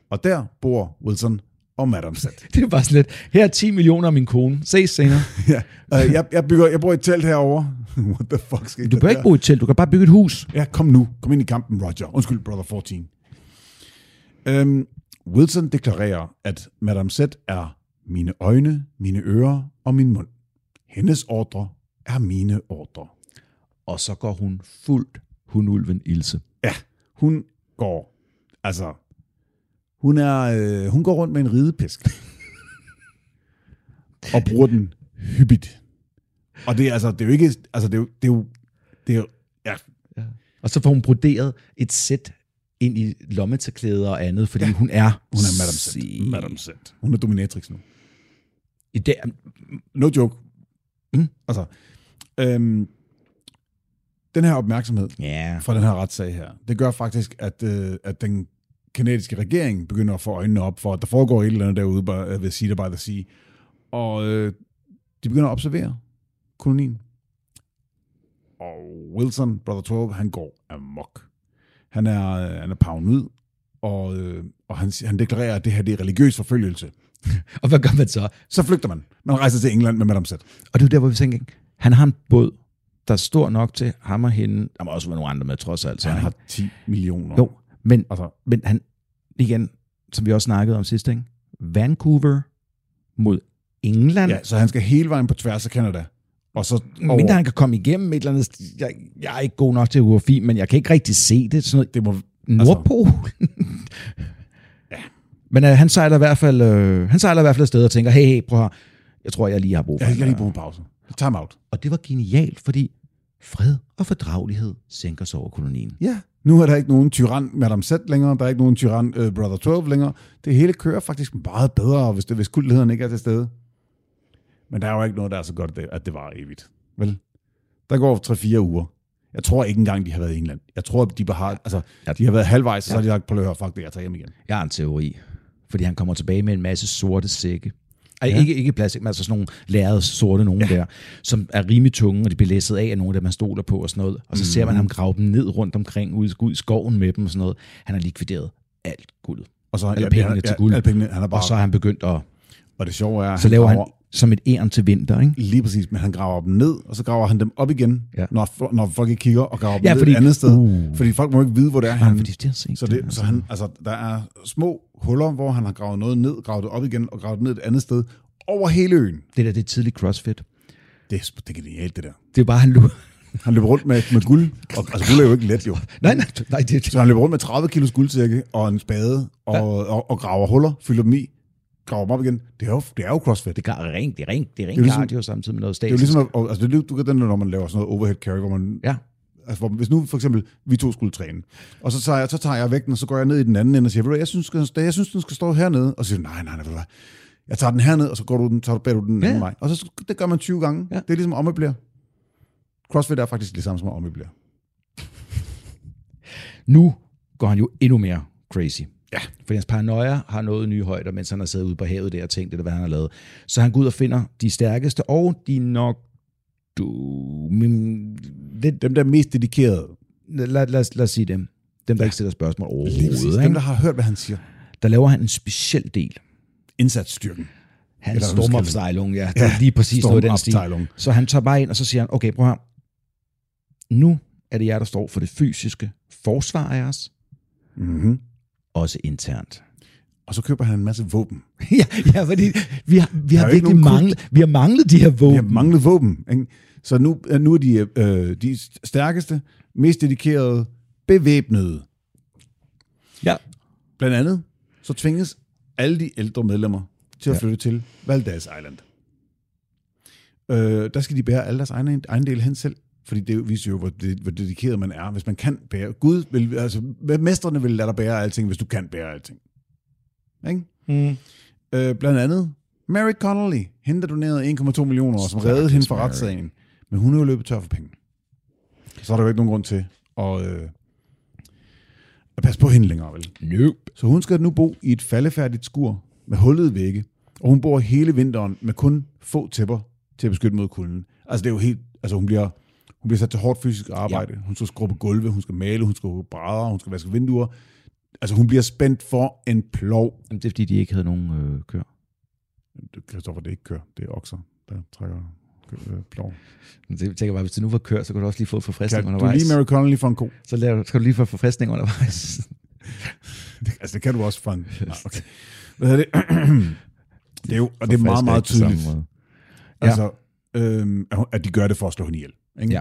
Speaker 2: Og der bor Wilson og Madame Z.
Speaker 1: Det er bare sådan lidt, her er 10 millioner af min kone, ses senere.
Speaker 2: ja. øh, jeg, jeg, bygger, jeg bor i et telt herovre. What the fuck skal
Speaker 1: Du bør ikke bo i et telt, du kan bare bygge et hus.
Speaker 2: Ja, kom nu. Kom ind i kampen, Roger. Undskyld, Brother 14. Øhm, Wilson deklarerer, at Madame Z er mine øjne, mine ører og min mund. Hendes ordre er mine ordre.
Speaker 1: Og så går hun fuldt hundulven Ilse.
Speaker 2: Ja, hun går, altså, hun, er, øh, hun går rundt med en ridepisk. og bruger den hyppigt. Og det er altså, det er jo ikke, altså, det er jo, det er jo, det er jo ja,
Speaker 1: Og så får hun broderet et sæt ind i lommetørklæder og andet, fordi ja. hun er...
Speaker 2: hun er Madame Z. Madame Z. Hun er dominatrix nu.
Speaker 1: I dag,
Speaker 2: No joke. Mm. Altså, øhm, den her opmærksomhed
Speaker 1: ja,
Speaker 2: fra den her retssag her, det gør faktisk, at, øh, at den kanadiske regering begynder at få øjnene op for, at der foregår et eller andet derude by- ved Cedar by the Sea. Og øh, de begynder at observere kolonien. Og Wilson, Brother 12, han går amok. Han er, øh, han er paven ud, og, øh, og han, han deklarerer, at det her det er religiøs forfølgelse.
Speaker 1: og hvad gør man så?
Speaker 2: Så flygter man. Man rejser til England med Madame Z.
Speaker 1: Og det er jo der, hvor vi tænker, han har en båd, der er stor nok til ham og hende. Der må også være nogle andre med, trods alt. så
Speaker 2: Han
Speaker 1: ikke?
Speaker 2: har 10 millioner.
Speaker 1: Jo, men,
Speaker 2: Altså,
Speaker 1: men han, igen, som vi også snakkede om sidst, ikke? Vancouver mod England. Ja,
Speaker 2: ja, så han skal hele vejen på tværs af Canada. Og så over,
Speaker 1: Mindre han kan komme igennem et eller andet... st- Jeg, jeg er ikke god nok til UFI, men jeg kan ikke rigtig se det. Sådan noget.
Speaker 2: det må,
Speaker 1: Nordpolen. Men øh, han sejler i hvert fald, øh, han sejler i hvert fald afsted og tænker, hey, hey, prøv her. Jeg tror, jeg lige har brug for
Speaker 2: jeg
Speaker 1: en,
Speaker 2: skal
Speaker 1: øh,
Speaker 2: lige bruge en pause. Time out.
Speaker 1: Og det var genialt, fordi fred og fordragelighed sænker sig over kolonien.
Speaker 2: Ja. Nu er der ikke nogen tyran Madame Z længere, der er ikke nogen tyran øh, Brother 12 længere. Det hele kører faktisk meget bedre, hvis, det, hvis kuldheden ikke er til stede. Men der er jo ikke noget, der er så godt, det- at det var evigt. Vel? Der går 3-4 uger. Jeg tror ikke engang, de har været i England. Jeg tror, de bare har, altså,
Speaker 1: Ja.
Speaker 2: de har været halvvejs, og så har de sagt, prøv at høre, fuck det, jeg tager hjem igen.
Speaker 1: Jeg har en teori, fordi han kommer tilbage med en masse sorte sække. Ej, ja. ikke, ikke plastik, men altså sådan nogle lærrede sorte nogen ja. der, som er rimelig tunge, og de bliver læsset af af nogle af dem, man stoler på og sådan noget. Og så mm. ser man ham grave dem ned rundt omkring, ud, ud i skoven med dem og sådan noget. Han har likvideret alt guldet.
Speaker 2: Og så,
Speaker 1: Alle pengene til guld.
Speaker 2: Alle pengene, han er bare,
Speaker 1: Og så er han begyndt at...
Speaker 2: og det sjove er,
Speaker 1: Så laver han
Speaker 2: graver-
Speaker 1: som et æren til vinter, ikke?
Speaker 2: Lige præcis, men han graver dem ned, og så graver han dem op igen,
Speaker 1: Ja.
Speaker 2: ja. når, når folk ikke kigger, og graver dem
Speaker 1: Ja,
Speaker 2: ja, ned
Speaker 1: fordi-
Speaker 2: et andet sted.
Speaker 1: Uh.
Speaker 2: Uh. Fordi folk må ikke vide, hvor det er
Speaker 1: Han,
Speaker 2: han.
Speaker 1: fordi de har set
Speaker 2: Så, det, så han, altså, der er små huller, hvor han har gravet noget ned, gravet det op igen, og gravet det ned et andet sted, over hele øen.
Speaker 1: det der, det er tidlig crossfit.
Speaker 2: Det, er sp- det er genialt, det der.
Speaker 1: Det er bare, han lurer...
Speaker 2: Han løber rundt med, med guld, og altså, guld er jo ikke let jo.
Speaker 1: Nej, nej, nej, det, det,
Speaker 2: Så han løber rundt med 30 kilos guldsække og en spade, og, ja. og, og, og graver huller, fylder dem i, graver dem op igen. Det er jo, det er jo crossfit.
Speaker 1: det, er rent, det er rent, det er rent
Speaker 2: jo ligesom-
Speaker 1: cardio samtidig med noget
Speaker 2: Det er jo
Speaker 1: statisk.
Speaker 2: ligesom, at- altså, det er, du kan den, når man laver sådan noget overhead carry, hvor man
Speaker 1: Ja,
Speaker 2: Altså, hvor, hvis nu for eksempel vi to skulle træne, og så tager jeg, så tager jeg vægten, og så går jeg ned i den anden ende og siger, "Ved du hvad, jeg synes, den skal, jeg synes, den skal stå hernede, og så siger du, nej, nej, nej, ved du hvad, Jeg tager den herned, og så går du den, tager du, bærer du den
Speaker 1: Ja.
Speaker 2: ja. anden vej. Og så det gør man 20 gange.
Speaker 1: Ja.
Speaker 2: Ja. Det er ligesom ommøbler. CrossFit er faktisk det samme som ommøbler.
Speaker 1: Nu går han jo endnu mere crazy. Ja. For hans paranoia har nået nye højder, mens han har siddet ude på havet der og tænkt, eller hvad han har lavet. Så han går ud og finder de stærkeste, og de nok... Du, men, lidt,
Speaker 2: Dem, der er mest dedikerede.
Speaker 1: lad, lad, os- lad os sige dem. Dem, der ja. ikke stiller spørgsmål overhovedet.
Speaker 2: Dem,
Speaker 1: Ikke?
Speaker 2: der har hørt, hvad han siger.
Speaker 1: Der laver han en speciel del.
Speaker 2: Indsatsstyrken.
Speaker 1: Han
Speaker 2: Eller hvad man
Speaker 1: stormopsejlung, ja. Det er lige præcis noget i den stil.
Speaker 2: Stormopsejlung.
Speaker 1: Så han tager bare ind, og så siger han, okay, prøv her. Nu er det jer, der står for det fysiske forsvar af os,
Speaker 2: Mm-hmm.
Speaker 1: også internt.
Speaker 2: Og så køber han en masse våben.
Speaker 1: ja, ja, fordi vi har, vi
Speaker 2: er
Speaker 1: har
Speaker 2: jo
Speaker 1: virkelig
Speaker 2: ikke nogen kult.
Speaker 1: manglet, vi har manglet de her
Speaker 2: De
Speaker 1: våben.
Speaker 2: har manglet våben. Ikke? Så nu, nu er de øh, de stærkeste, mest dedikerede, bevæbnede.
Speaker 1: Ja.
Speaker 2: Blandt andet, så tvinges alle de ældre medlemmer til at flytte til Valdas Island. Øh, der skal de bære alle deres egne ejendel hen selv, fordi det viser jo, hvor, det, hvor dedikeret man er, hvis man kan bære. Gud vil, altså, mesterne vil lade dig bære alting, hvis du kan bære alting. Ikke?
Speaker 1: Mm.
Speaker 2: Øh, blandt andet Mary Connolly, hende der donerede 1,2 millioner, og som reddede hende fra
Speaker 1: Mary.
Speaker 2: retssagen. Men hun er jo løbet tør for penge. Så er der jo ikke nogen grund til at, øh, at passe på hende længere, vel?
Speaker 1: Nope.
Speaker 2: Så hun skal nu bo i et faldefærdigt skur med hullet vægge, og hun bor hele vinteren med kun få tæpper til at beskytte mod kulden. Altså det er jo helt, altså hun bliver, hun bliver sat til hårdt fysisk arbejde. Ja. Hun skal skrubbe gulve, hun skal male, hun skal hugge brædder, hun skal vaske vinduer. Altså hun bliver spændt for en plov.
Speaker 1: Jamen, det er, fordi de ikke havde nogen øh, køer.
Speaker 2: Det- Christoffer, det er ikke køer, det er okser, der trækker kø- øh, plov.
Speaker 1: Men Det jeg tænker bare, hvis det nu var køer, så kunne du også lige få forfriskning
Speaker 2: Kan du
Speaker 1: undervejs.
Speaker 2: lige Mary Connolly for en ko?
Speaker 1: Så laver, skal du lige få forfriskning undervejs.
Speaker 2: Altså det kan du også for en... Nej, okay. Hvad hedder det? det er jo, og det er meget, meget tydeligt.
Speaker 1: Ja.
Speaker 2: Altså, øhm, at hun- at de gør det for at slå hende ihjel. Ikke?
Speaker 1: Ja.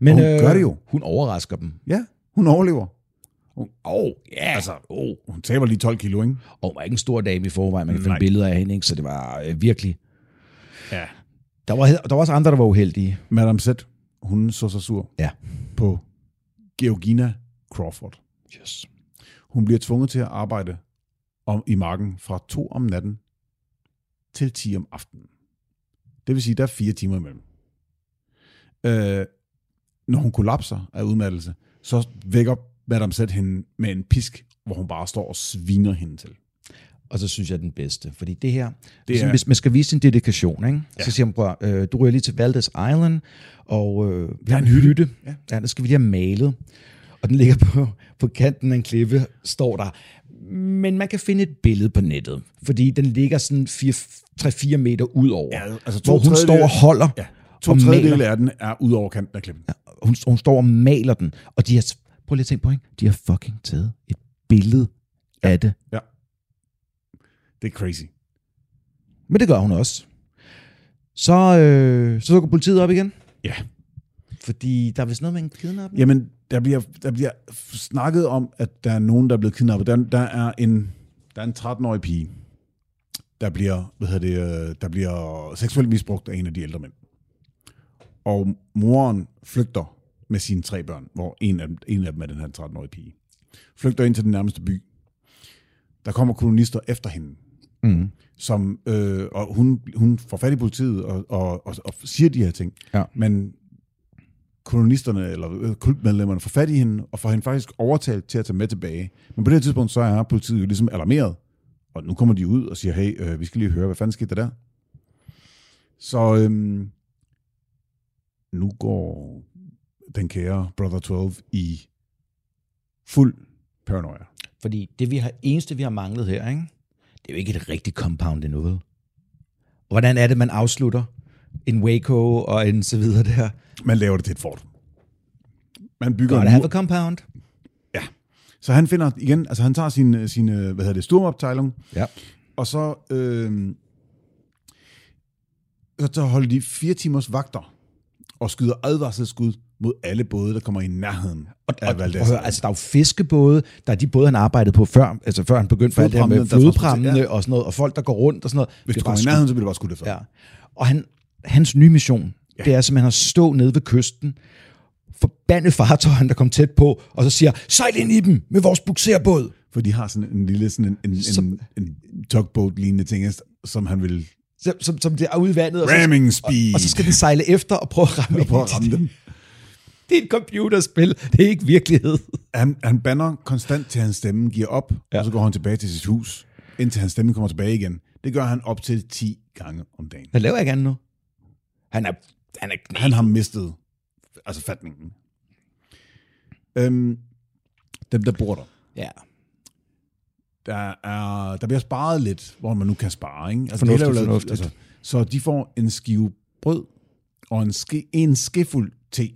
Speaker 1: Men øh,
Speaker 2: Og hun gør det jo.
Speaker 1: Hun overrasker dem.
Speaker 2: ja, hun overlever.
Speaker 1: Åh, oh, ja. Yeah. Altså, oh.
Speaker 2: Hun taber lige 12 kilo, ikke?
Speaker 1: Og var ikke en stor dame i forvejen. Man kan finde
Speaker 2: Nej.
Speaker 1: billeder af hende, ikke? så det var øh, virkelig...
Speaker 2: Ja.
Speaker 1: Der var, der var også andre, der var uheldige.
Speaker 2: Madame Z, hun så sig sur
Speaker 1: Ja.
Speaker 2: på Georgina Crawford.
Speaker 1: Yes.
Speaker 2: Hun bliver tvunget til at arbejde om, i marken fra 2 om natten til 10 om aftenen. Det vil sige, der er fire timer imellem. Øh, når hun kollapser af udmattelse, så vækker Madame Z hende med en pisk, hvor hun bare står og sviner hende til.
Speaker 1: Og så synes jeg, den bedste. Fordi det her, det
Speaker 2: er-
Speaker 1: er... hvis man skal vise sin dedikation, ikke? Ja. så siger man, prøv, at, øh, du ryger lige til Valdes Island, og øh, vi har en hytte. hytte. Ja. ja, der skal vi lige have malet. Og den ligger på, på kanten af en klippe, står der. Men man kan finde et billede på nettet, fordi den ligger sådan 3-4 meter ud over,
Speaker 2: Ja, altså to
Speaker 1: hvor hun står
Speaker 2: tredjedele-
Speaker 1: og holder
Speaker 2: Ja. To
Speaker 1: og maler
Speaker 2: tredjedele af den er ud over kanten af klippen. Ja.
Speaker 1: hun, hun står og maler den, og de har, prøv lige at tænke på, ikke? de har fucking taget et billede ja. af det.
Speaker 2: Det er crazy.
Speaker 1: Men det gør hun også. Så, øh, så dukker politiet op igen,
Speaker 2: Ja.
Speaker 1: fordi der er vist noget med en kidnapning.
Speaker 2: Jamen, der bliver, der bliver snakket om, at der er nogen, der er blevet kidnappet. Der, der er en, der er en 13-årig pige, der bliver, hvad hedder det, øh, der bliver seksuelt misbrugt af en af de ældre mænd. Og moren flygter med sine tre børn, hvor en af dem, en af dem er den her 13-årige pige. Flygter ind til den nærmeste by. Der kommer kolonister efter hende.
Speaker 1: Mm.
Speaker 2: Som, øh, og hun, hun får fat i politiet og, og, og, og siger de her ting.
Speaker 1: Ja.
Speaker 2: Men kolonisterne, eller øh, kultmedlemmerne, får fat i hende, og får hende faktisk overtalt til at tage med tilbage. Men på det her tidspunkt, så er politiet jo ligesom alarmeret, og nu kommer de ud og siger, hey, øh, vi skal lige høre, hvad fanden skete der der? Så øhm, nu går den kære Brother 12 i fuld paranoia.
Speaker 1: Fordi det vi har, eneste, vi har manglet her, ikke? det er jo ikke et rigtigt compound endnu, vel? Og Hvordan er det, man afslutter en Waco og en så videre der?
Speaker 2: Man laver det til et fort. Man bygger
Speaker 1: Gotta
Speaker 2: en
Speaker 1: have a
Speaker 2: mur.
Speaker 1: compound.
Speaker 2: Så han finder igen, altså han tager sin, sin hvad hedder det, sturmoptejling,
Speaker 1: Ja.
Speaker 2: Og så, øh, så, så holder de fire timers vagter og skyder advarselsskud mod alle både, der kommer i nærheden og,
Speaker 1: Og,
Speaker 2: af
Speaker 1: prøv
Speaker 2: Valdez.
Speaker 1: at høre, altså, der er jo fiskebåde, der er de både, han arbejdede på før, altså før han begyndte på alt det her med
Speaker 2: Flodprammene, der
Speaker 1: flodprammene
Speaker 2: transporterer-
Speaker 1: og sådan noget, og folk, der går rundt og sådan noget.
Speaker 2: Hvis
Speaker 1: Det
Speaker 2: du
Speaker 1: er
Speaker 2: kommer i
Speaker 1: bare
Speaker 2: nærheden, så bliver det bare skudt efter.
Speaker 1: skud. Ja. Og han, hans nye mission, ja. det er simpelthen at stå nede ved kysten, forbande fartøjerne, der kom tæt på, og så siger, sejl ind i dem med vores bukserbåd.
Speaker 2: For de har sådan en lille sådan en, en,
Speaker 1: Så-
Speaker 2: en, en tugboat-lignende ting, som han vil...
Speaker 1: Som, som, som det er ude i vandet, og så,
Speaker 2: Ramming
Speaker 1: og,
Speaker 2: speed!
Speaker 1: og så skal den sejle efter og prøve at ramme,
Speaker 2: Og prøve at ramme
Speaker 1: ind i det.
Speaker 2: dem.
Speaker 1: Det er et computerspil, det er ikke virkelighed.
Speaker 2: Han, han banner konstant til hans stemme, giver op, ja. og så går han tilbage til sit hus, indtil hans stemme kommer tilbage igen. Det gør han op til 10 gange om dagen.
Speaker 1: Hvad laver jeg gerne nu? Han er, han er knæ.
Speaker 2: Han har mistet altså fatningen. Øhm, dem, der bor der.
Speaker 1: Ja.
Speaker 2: Der, er, der bliver sparet lidt, hvor man nu kan spare. Ikke? Altså,
Speaker 4: Fornuftigt,
Speaker 2: hele er jo
Speaker 4: fornuftigt.
Speaker 2: Altså, så de får en skive brød og en, ske, en skefuld te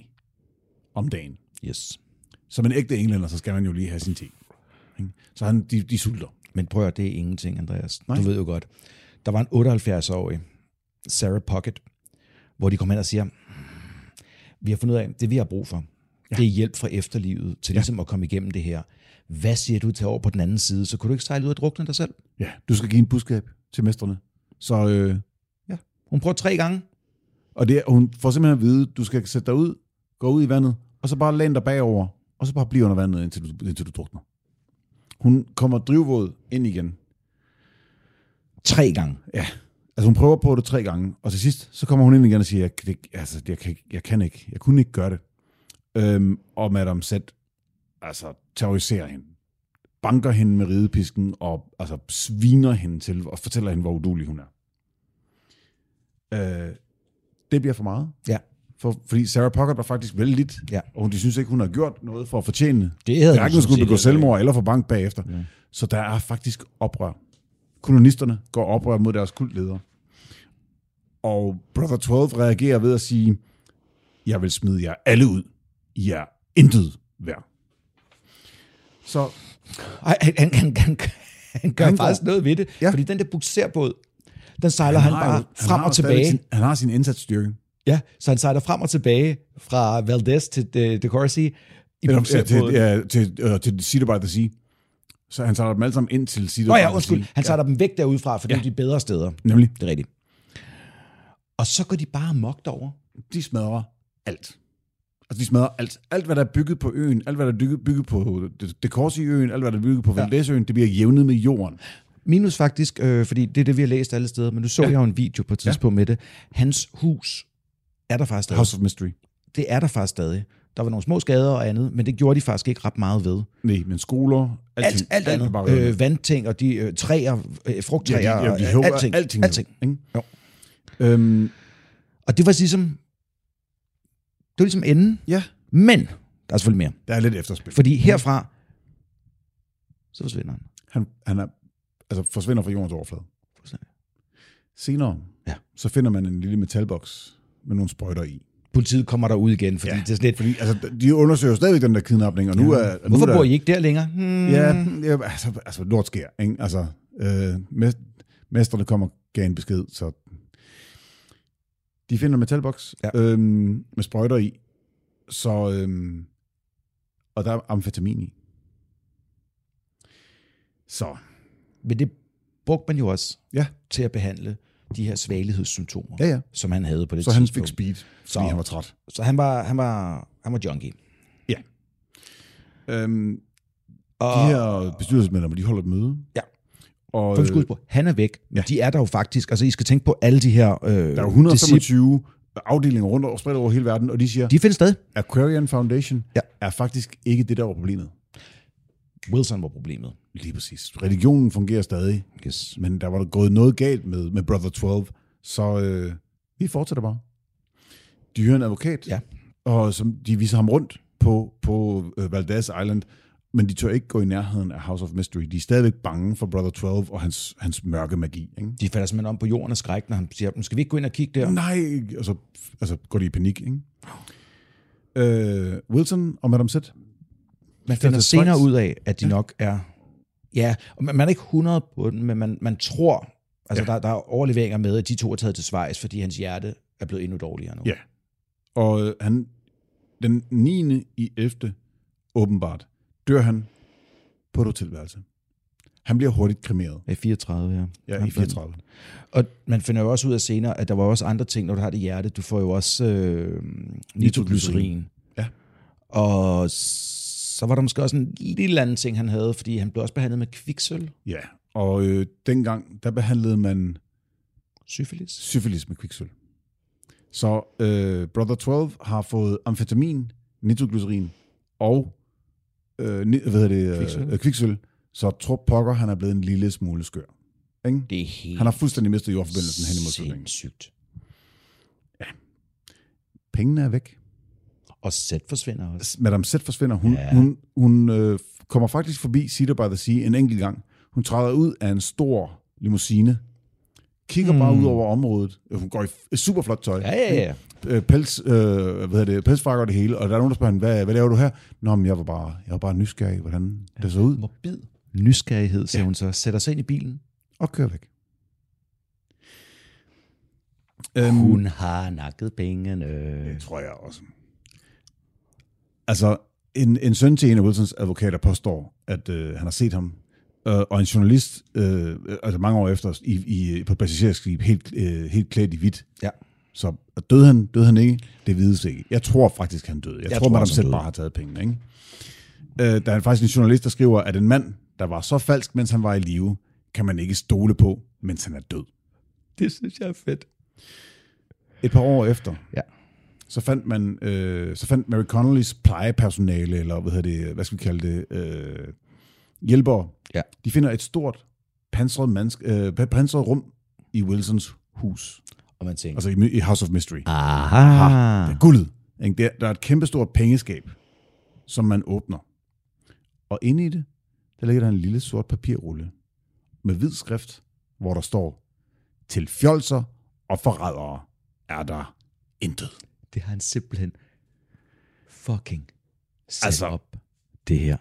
Speaker 2: om dagen.
Speaker 1: Yes.
Speaker 2: Som en ægte englænder, så skal man jo lige have sin te. Ikke? Så han, de, de sulter.
Speaker 1: Men prøv at høre, det er ingenting, Andreas. Nej. Du ved jo godt. Der var en 78-årig, Sarah Pocket, hvor de kom hen og siger, "Hmm, vi har fundet ud af, det vi har brug for, ja. det er hjælp fra efterlivet til ligesom at komme igennem det her. Hvad siger du til over på den anden side? Så kunne du ikke sejle ud og drukne dig selv?
Speaker 2: Ja, du skal give en budskab til mestrene. Så, øh,
Speaker 1: Hun prøver tre gange.
Speaker 2: og det, er- hun får simpelthen at vide, du skal sætte dig ud, gå ud i vandet, og så bare læn dig bagover, og så bare blive under vandet, indtil du, indtil du drukner. Hun kommer drivvåd ind igen.
Speaker 1: Tre gange.
Speaker 2: Ja. Altså hun prøver på det tre gange, og til sidst, så kommer hun ind igen og siger, jeg, kan ikke- altså, jeg, kan, ikke- jeg kan ikke, jeg kunne ikke gøre det. Øhm, og Madame Z, altså, terroriserer hende. Banker hende med ridepisken, og altså, sviner hende til, og fortæller hende, hvor udulig hun er. Øh, det bliver for meget.
Speaker 1: Ja.
Speaker 2: For, fordi Sarah Pocket var faktisk vældig lidt,
Speaker 1: Ja.
Speaker 2: og hun, de synes ikke, hun har gjort noget for at fortjene
Speaker 1: Det havde hun
Speaker 2: Hverken
Speaker 1: sådan
Speaker 2: skulle
Speaker 1: set
Speaker 2: begå
Speaker 1: heller ikke.
Speaker 2: selvmord eller få bank bagefter. Ja. Så der er faktisk oprør. Kolonisterne går oprør mod deres kultleder. Og Brother 12 reagerer ved at sige, jeg vil smide jer alle ud. I er intet værd. Så
Speaker 1: Ej, han, han, han, han, han gør
Speaker 2: Han
Speaker 1: han
Speaker 2: går-
Speaker 1: faktisk noget ved det,
Speaker 2: Ja.
Speaker 1: ja. fordi den der bukserbåd, den sejler han, han
Speaker 2: har
Speaker 1: bare
Speaker 2: jo-
Speaker 1: jo, frem
Speaker 2: har
Speaker 1: og
Speaker 2: jo stadigvæk
Speaker 1: tilbage.
Speaker 2: Sin, han har sin indsatsstyrke.
Speaker 1: Ja, så han sejler frem og tilbage fra Valdez til øh, De, de Corsi i
Speaker 2: Eller, øh, til,
Speaker 1: bukserbåden.
Speaker 2: ja, til, øh, til Cedar by the Sea. Så han tager dem alle sammen ind til Cedar
Speaker 1: Nå
Speaker 2: by
Speaker 1: ja,
Speaker 2: the
Speaker 1: undskyld.
Speaker 2: Sea.
Speaker 1: Han sejler dem væk derudfra, for det er jo de bedre steder.
Speaker 2: Nemlig,
Speaker 1: Det er rigtigt. Og så går de bare mokt over.
Speaker 2: de smadrer alt. Altså, de smadrer alt. Alt, hvad der er bygget på øen, alt, hvad der er bygget, bygget på Dekorsi-øen, alt, hvad der er bygget på Valdesøen, det bliver jævnet med jorden.
Speaker 1: Minus faktisk, øh, fordi det er det, vi har læst alle steder, men nu så ja. jeg jo en video på et tidspunkt ja. med det. Hans hus er der faktisk stadig.
Speaker 2: House of Mystery.
Speaker 1: Det er der faktisk stadig. Der var nogle små skader og andet, men det gjorde de faktisk ikke ret meget ved.
Speaker 2: Nej, men skoler,
Speaker 1: Alt, alt, alt
Speaker 2: er bare
Speaker 1: andet.
Speaker 2: revet ned.
Speaker 1: Øh, vandting og de øh, træer, øh,
Speaker 2: Ja,
Speaker 1: frugttræer,
Speaker 2: de, ja, de
Speaker 1: og, øh,
Speaker 2: hæver
Speaker 1: alting.
Speaker 2: alting.
Speaker 1: alting.
Speaker 2: Ikke?
Speaker 1: Jo.
Speaker 2: Øhm,
Speaker 1: Og det var ligesom... Det var ligesom enden.
Speaker 2: ja,
Speaker 1: Men der er selvfølgelig mere.
Speaker 2: der er lidt efterspil.
Speaker 1: Fordi herfra, så forsvinder han.
Speaker 2: Han, han er, altså, forsvinder fra jordens overflade.
Speaker 1: Fuldstændig.
Speaker 2: Senere,
Speaker 1: Ja.
Speaker 2: så finder man en lille metalboks med nogle sprøjter i.
Speaker 1: Politiet kommer der ud igen, fordi
Speaker 2: Ja,
Speaker 1: ja, det er sådan lidt...
Speaker 2: Fordi, altså, de undersøger stadigvæk den der kidnapning, og nu er... Nu
Speaker 1: Hvorfor
Speaker 2: er der,
Speaker 1: bor I ikke der længere? Hmm.
Speaker 2: Ja, ja altså, altså lort sker, ikke? Altså, øh, mes- mesterne kommer og gav en besked, så de finder en metalboks ja.
Speaker 1: Ja.
Speaker 2: øhm, med sprøjter i, så, øhm, og der er amfetamin i. Så,
Speaker 1: Men det brugte man jo også
Speaker 2: ja,
Speaker 1: til at behandle de her svagelighedssymptomer,
Speaker 2: ja, ja.
Speaker 1: som han havde på det
Speaker 2: Så han
Speaker 1: tidspunkt.
Speaker 2: fik speed, fordi
Speaker 1: Så-
Speaker 2: han var træt.
Speaker 1: Så han var, han var, han var junkie.
Speaker 2: Øhm,
Speaker 1: Og,
Speaker 2: de her bestyrelsesmedlemmer, de holder et møde.
Speaker 1: Ja.
Speaker 2: Og, øh,
Speaker 1: for vi skal huske på, han er væk.
Speaker 2: Ja.
Speaker 1: Ja. De er der jo faktisk. Altså, I skal tænke på alle de her... Øh,
Speaker 2: der er jo
Speaker 1: disciple-
Speaker 2: 125 afdelinger rundt over, spredt over hele verden, og de siger,
Speaker 1: De findes stadig.
Speaker 2: Aquarian Foundation ja.
Speaker 1: Ja.
Speaker 2: er faktisk ikke det, der var problemet.
Speaker 1: Wilson var problemet.
Speaker 2: Lige præcis. Religionen fungerer stadig,
Speaker 1: Yes.
Speaker 2: men der var gået noget galt med, med Brother 12, så øh, vi fortsætter bare. De hører en advokat,
Speaker 1: Ja.
Speaker 2: og som, de viser ham rundt på, på øh, Valdez Island, men de tør ikke gå i nærheden af House of Mystery. De er stadigvæk bange for Brother 12 og hans, hans mørke magi. Ikke?
Speaker 1: De falder simpelthen om på jorden og skræk, når han siger, "Men skal vi ikke gå ind og kigge der?
Speaker 2: Nej, og så altså, går de i panik. Ikke? Øh, Wilson og Madame Z.
Speaker 1: Man finder
Speaker 2: det
Speaker 1: senere
Speaker 2: straks.
Speaker 1: ud af, at de ja. nok er... Ja, og man man er ikke 100 på den, men man, man tror... Altså, ja. der, der er overleveringer med, at de to er taget til Schweiz, fordi hans hjerte er blevet endnu dårligere nu.
Speaker 2: Ja. Og øh, han, den 9. i 11. åbenbart, dør han på et hotelværelse. Han bliver hurtigt kremeret.
Speaker 1: I 34, ja.
Speaker 2: Ja,
Speaker 1: Han
Speaker 2: i
Speaker 1: blev-
Speaker 2: 34.
Speaker 1: Og man finder jo også ud af senere, at der var også andre ting, når du har det hjerte. Du får jo også øh, nitroglycerin.
Speaker 2: Ja.
Speaker 1: Og s- så var der måske også en lille anden ting, han havde, fordi han blev også behandlet med kviksøl.
Speaker 2: Ja, og øh, dengang, der behandlede man
Speaker 1: Syfilis?
Speaker 2: syfilis med kviksøl. Så øh, Brother 12 har fået amfetamin, nitroglycerin og øh, ni, hvad hedder det, kviksøl.
Speaker 1: Kviksølv.
Speaker 2: Øh, kviksøl. Så Trop Pokker, han er blevet en lille smule skør. Ikke?
Speaker 1: Det er helt
Speaker 2: Han har fuldstændig mistet jordforbindelsen hen imod slutningen.
Speaker 1: sindssygt.
Speaker 2: Pengene er væk.
Speaker 1: Og Sæt forsvinder også.
Speaker 2: Madame Z forsvinder. Hun,
Speaker 1: Ja.
Speaker 2: ja. hun, hun øh, kommer faktisk forbi Cedar by the Sea en enkelt gang. Hun træder ud af en stor limousine, kigger mm. bare ud over området. Øh, Hun går i f- super flot tøj.
Speaker 1: Hmm. Ja, ja, ja.
Speaker 2: øh, pels, øh, hvad hedder det, pelsfrakker og det hele, og der er nogen, der spørger hende, hvad, hvad laver du her? Nå, men jeg var bare, jeg var bare nysgerrig, hvordan det så ud,
Speaker 1: Morbid nysgerrighed, siger ja. hun så. Sætter sig ind i bilen.
Speaker 2: og kører væk. Øhm,
Speaker 1: Hun har nakket pengene.
Speaker 2: Det tror jeg også. Altså, en, en søn til en af Wilsons advokater påstår, at øh, han har set ham, øh, og en journalist, øh, altså mange år efter, i, i, på et passagerskib, helt, øh, helt klædt i hvidt.
Speaker 1: Ja.
Speaker 2: Så og døde han, døde han ikke? Det vides ikke. Jeg tror faktisk, han døde. Jeg, jeg tror,
Speaker 1: tror
Speaker 2: man
Speaker 1: også, han
Speaker 2: selv
Speaker 1: døde.
Speaker 2: bare har taget pengene. Ikke? Øh, der er faktisk en journalist, der skriver, at en mand, der var så falsk, mens han var i live, kan man ikke stole på, mens han er død.
Speaker 1: Det synes jeg er fedt.
Speaker 2: Et par år efter,
Speaker 1: Ja.
Speaker 2: så fandt man, øh, så fandt Mary Connollys plejepersonale, eller hvad hedder det, hvad skal vi kalde det, øh, hjælpere,
Speaker 1: Ja.
Speaker 2: de finder et stort pansret, mandsk, øh, pansret rum i Wilsons hus,
Speaker 1: Og man tænker,
Speaker 2: altså i, My- i House of Mystery. Ah.
Speaker 1: aha,
Speaker 2: Det er guldet. ikke? Der, der er et kæmpestort pengeskab, som man åbner. Og inde i det, der ligger der en lille sort papirrulle med hvid skrift, hvor der står, til fjolser og forrædere er der intet.
Speaker 1: det har han simpelthen fucking sat
Speaker 2: Altså.
Speaker 1: altså. op. Det her.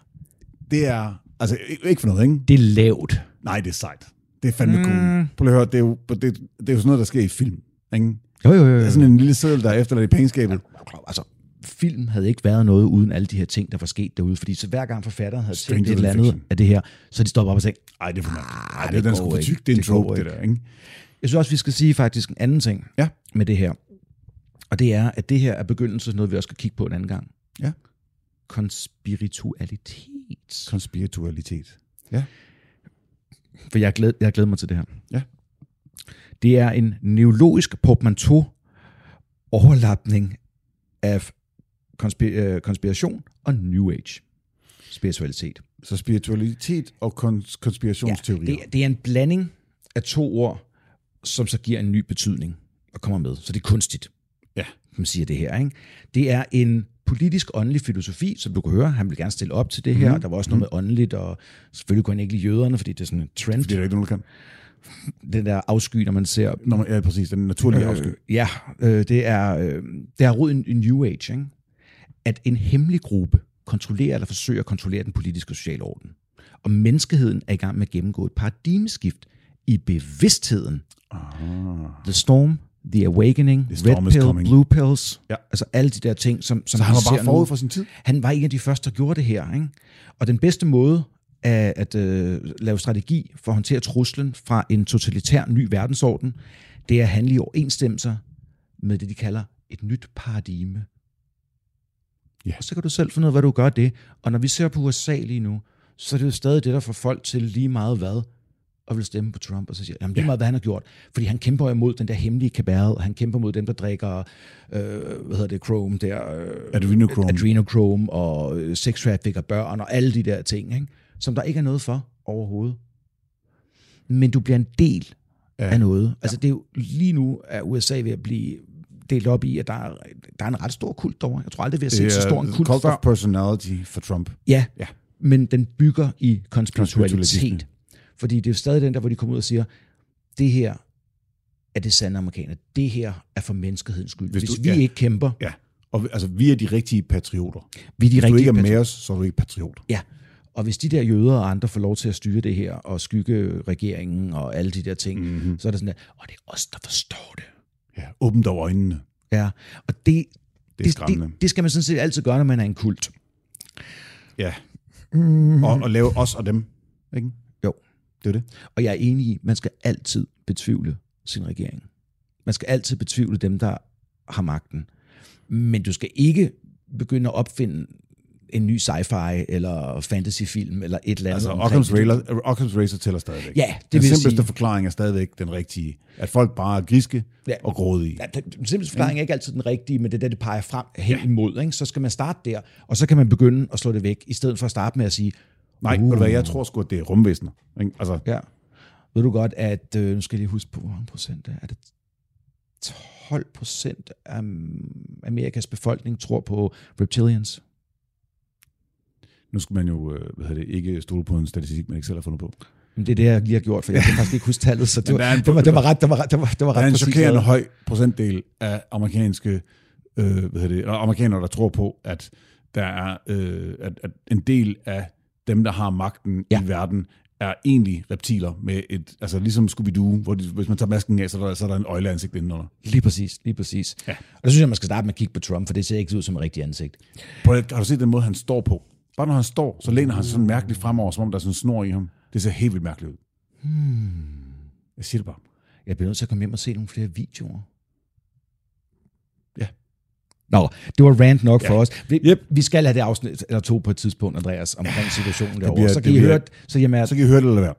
Speaker 2: Det er, altså ikke- ikke for noget, ikke?
Speaker 1: Det er lavt.
Speaker 2: Nej, det er sejt. Det er fandme mm. cool. Prøv lige at høre, det er, jo, det, det er jo sådan noget, der sker i film. Ikke?
Speaker 1: Jo, jo, jo.
Speaker 2: Der er sådan en lille seddel, der er efterladt i pengeskabet.
Speaker 1: altså, film havde ikke været noget uden alle de her ting, der var sket derude. Fordi så hver gang forfatteren havde
Speaker 2: Stranger
Speaker 1: tænkt et eller
Speaker 2: than
Speaker 1: andet
Speaker 2: fiction.
Speaker 1: af det her, så de stoppet op og tænkt,
Speaker 2: Nej, det er for meget. Nej,
Speaker 1: Ah, det
Speaker 2: det, den
Speaker 1: går
Speaker 2: skulle for
Speaker 1: ikke.
Speaker 2: tyk. Det er en
Speaker 1: Det går
Speaker 2: trope, det
Speaker 1: ikke.
Speaker 2: der. Ikke?
Speaker 1: Jeg synes også, vi skal sige faktisk en anden ting
Speaker 2: Ja.
Speaker 1: med det her. Og det er, at det her er begyndelsen til noget, vi også skal kigge på en anden gang.
Speaker 2: Ja.
Speaker 1: Konspiritualitet.
Speaker 2: Konspiritualitet.
Speaker 1: For jeg glæder, jeg glæder mig til det her.
Speaker 2: Ja.
Speaker 1: Det er en neurologisk portmanteau overlapning af konspir- øh, konspiration og New Age spiritualitet.
Speaker 2: Så spiritualitet og kons- konspirationsteorier.
Speaker 1: det, er- det er en blanding af to ord, som så giver en ny betydning og kommer med. Så det er kunstigt,
Speaker 2: Ja.
Speaker 1: man siger det her. Ikke? Det er en politisk åndelig filosofi, som du kan høre. Han vil gerne stille op til det her.
Speaker 2: Mhm.
Speaker 1: Mm. Der var også noget med åndeligt, og selvfølgelig kunne han ikke lide jøderne, fordi det er sådan en trend.
Speaker 2: Fordi der er ikke nogen, der kan.
Speaker 1: Den der afsky, når man ser...
Speaker 2: Nå, men, ja, præcis. Den naturlige øh, afsky.
Speaker 1: Øh, ja, øh, det er, øh, det er rod i i New Age, ikke? at en hemmelig gruppe kontrollerer eller forsøger at kontrollere den politiske og sociale orden. Og menneskeheden er i gang med at gennemgå et paradigmeskift i bevidstheden. Aha. The Storm, The Awakening,
Speaker 2: Ah. The
Speaker 1: the
Speaker 2: storm
Speaker 1: Red
Speaker 2: is
Speaker 1: Pill,
Speaker 2: coming.
Speaker 1: Blue Pills,
Speaker 2: Ja.
Speaker 1: altså alle de der ting, som, som
Speaker 2: Så han
Speaker 1: vi
Speaker 2: var bare
Speaker 1: ser
Speaker 2: forud
Speaker 1: nu.
Speaker 2: for sin tid.
Speaker 1: Han var en af de første, der gjorde det her. Ikke? Og den bedste måde at, at øh, lave strategi for at håndtere truslen fra en totalitær ny verdensorden, det er at handle i overensstemmelser med det, de kalder et nyt paradigme.
Speaker 2: Ja.
Speaker 1: Og så kan du selv finde ud af, hvad du gør af det. Og når vi ser på USA lige nu, så er det jo stadig det, der får folk til lige meget hvad, og vil stemme på Trump, og så siger, jamen det er meget, hvad han har gjort. Fordi han kæmper jo imod den der hemmelige kabale, og han kæmper mod dem, der drikker, øh, hvad hedder det, Chrome der, øh,
Speaker 2: Adrenochrome.
Speaker 1: adrenochrome og øh, sex traffic og børn og alle de der ting, ikke? som der ikke er noget for overhovedet. Men du bliver en del
Speaker 2: Ja.
Speaker 1: ja. af noget. Altså det er jo, lige nu er USA ved at blive delt op i, at der er, der er en ret stor kult derovre. Jeg tror aldrig, vi har
Speaker 2: Det
Speaker 1: set så
Speaker 2: er
Speaker 1: stor en kult
Speaker 2: cult
Speaker 1: før.
Speaker 2: of personality for Trump.
Speaker 1: Ja,
Speaker 2: Ja.
Speaker 1: ja, men den bygger i
Speaker 2: Konspiritualisme.
Speaker 1: konspiritualitet. Fordi det er jo stadig den der, hvor de kommer ud og siger, det her er det sande amerikaner. Det her er for menneskehedens skyld.
Speaker 2: Hvis
Speaker 1: Hvis,
Speaker 2: du-
Speaker 1: Hvis vi
Speaker 2: ja.
Speaker 1: ja. ikke kæmper,
Speaker 2: Ja. Og vi- altså, vi er de rigtige patrioter.
Speaker 1: vi er de
Speaker 2: Hvis du
Speaker 1: rigtige
Speaker 2: ikke er
Speaker 1: patrioter.
Speaker 2: med os, så er du ikke patriot.
Speaker 1: Ja, og hvis de der jøder og andre får lov til at styre det her, og skygge regeringen og alle de der ting,
Speaker 2: Mhm.
Speaker 1: mm-hmm. så er det sådan der, og det er os, der forstår det.
Speaker 2: Ja. Åbn dog øjnene.
Speaker 1: Ja, og det,
Speaker 2: er
Speaker 1: det,
Speaker 2: skræmmende.
Speaker 1: det, det skal man sådan set altid gøre, når man er en kult.
Speaker 2: Ja. Mm. Og, og lave os og dem. Ikke?
Speaker 1: Jo.
Speaker 2: Det er det.
Speaker 1: Og jeg er enig i, man skal altid betvivle sin regering. Man skal altid betvivle dem, der har magten. Men du skal ikke begynde at opfinde en ny sci-fi eller fantasyfilm eller et eller andet.
Speaker 2: Altså,
Speaker 1: omkring
Speaker 2: Occam's
Speaker 1: det.
Speaker 2: Razor, Occam's Razor tæller stadigvæk.
Speaker 1: Ja, det
Speaker 2: Den
Speaker 1: vil jeg
Speaker 2: simpelste
Speaker 1: sige.
Speaker 2: forklaring er stadigvæk den rigtige. At folk bare er griske
Speaker 1: Ja.
Speaker 2: ja. og grådige.
Speaker 1: Ja, den den simpleste forklaring er ikke altid den rigtige, men det er det, det peger frem hen ja. imod. Ikke? Så skal man starte der, og så kan man begynde at slå det væk, i stedet for at starte med at sige,
Speaker 2: Nej, uh. ved du hvad, jeg tror sgu, at det er rumvæsener. Ikke? Altså,
Speaker 1: Ja. Ved du godt, at, øh, nu skal jeg lige huske på, hvor mange procent det er, er det 12 procent af Amerikas befolkning tror på reptilians?
Speaker 2: nu skal man jo øh, hvad hedder det, ikke stole på en statistik, man ikke selv har fundet på.
Speaker 1: Men det er det, jeg lige har gjort, for jeg kan faktisk ikke huske tallet, så det
Speaker 2: Men der er
Speaker 1: var,
Speaker 2: en-
Speaker 1: det var, det var ret, det var, ret- det var, det var
Speaker 2: Der er
Speaker 1: ret
Speaker 2: en
Speaker 1: præcist.
Speaker 2: chokerende
Speaker 1: lavet.
Speaker 2: høj procentdel af amerikanske øh, hvad hedder det, eller amerikanere, der tror på, at der er øh, at, at en del af dem, der har magten
Speaker 1: Ja.
Speaker 2: ja. i verden, er egentlig reptiler med et, altså ligesom Scooby-Doo, hvor de, hvis man tager masken af, så er der, så er der en øjleansigt indenunder.
Speaker 1: Lige præcis, lige præcis. Ja. Og der synes jeg, man skal starte med at kigge på Trump, for det ser ikke ud som et rigtigt ansigt.
Speaker 2: Prøv, at- har du set den måde, han står på? Bare når han står, så læner han sig sådan mærkeligt fremover, som om der er sådan en snor i ham. Det ser helt vildt mærkeligt ud. Hmm. Jeg siger det bare.
Speaker 1: Jeg bliver nødt til at komme hjem og se nogle flere videoer.
Speaker 2: Ja.
Speaker 1: Nå, det var rant nok ja. for
Speaker 2: Ja.
Speaker 1: os. Vi, yep.
Speaker 2: Yep.
Speaker 1: vi skal have det afsnit eller to på et tidspunkt, Andreas, omkring situationen derovre.
Speaker 2: bliver-
Speaker 1: så kan
Speaker 2: det
Speaker 1: I
Speaker 2: bliver-
Speaker 1: høre, det, så jamen, altså,
Speaker 2: Så kan I høre det eller hvad.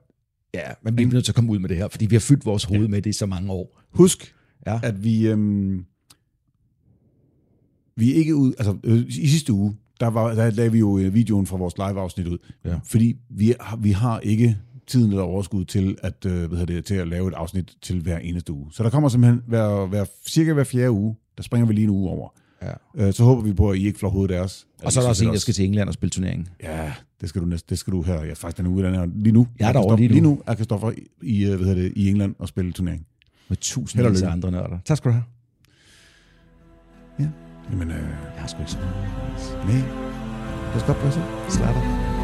Speaker 1: Ja, men vi er nødt til at komme ud med det her, fordi vi har fyldt vores hoved med det i så mange år.
Speaker 2: Husk,
Speaker 1: Ja.
Speaker 2: ja. at vi, øhm, vi er ikke ud... Altså, øh, i sidste uge, der, var, der lagde vi jo øh, videoen fra vores live-afsnit ud,
Speaker 1: Ja.
Speaker 2: fordi vi har, vi har ikke tiden eller overskud til at, øh, hvad hedder det, til at lave et afsnit til hver eneste uge. Så der kommer simpelthen hver, hver, cirka hver fjerde uge, der springer vi lige en uge over.
Speaker 1: Ja.
Speaker 2: Øh, så håber vi på, at I ikke flår hovedet af os.
Speaker 1: Og så er der også en,
Speaker 2: der
Speaker 1: der skal til England og spille turneringen.
Speaker 2: Ja, det skal du, næste, det skal du her. Ja, faktisk den uge, den er lige nu.
Speaker 1: Jeg er derovre
Speaker 2: Christoffer-
Speaker 1: lige nu.
Speaker 2: Lige nu er Christoffer i, i, øh, hvad hedder det, i England og spille turnering.
Speaker 1: Med tusindvis
Speaker 2: lykke.
Speaker 1: af andre nørder. Tak skal du have.
Speaker 2: Jamen, øh,
Speaker 1: Jeg har sgu ikke så meget.
Speaker 2: nej. Lad os godt passe.
Speaker 1: Slatter.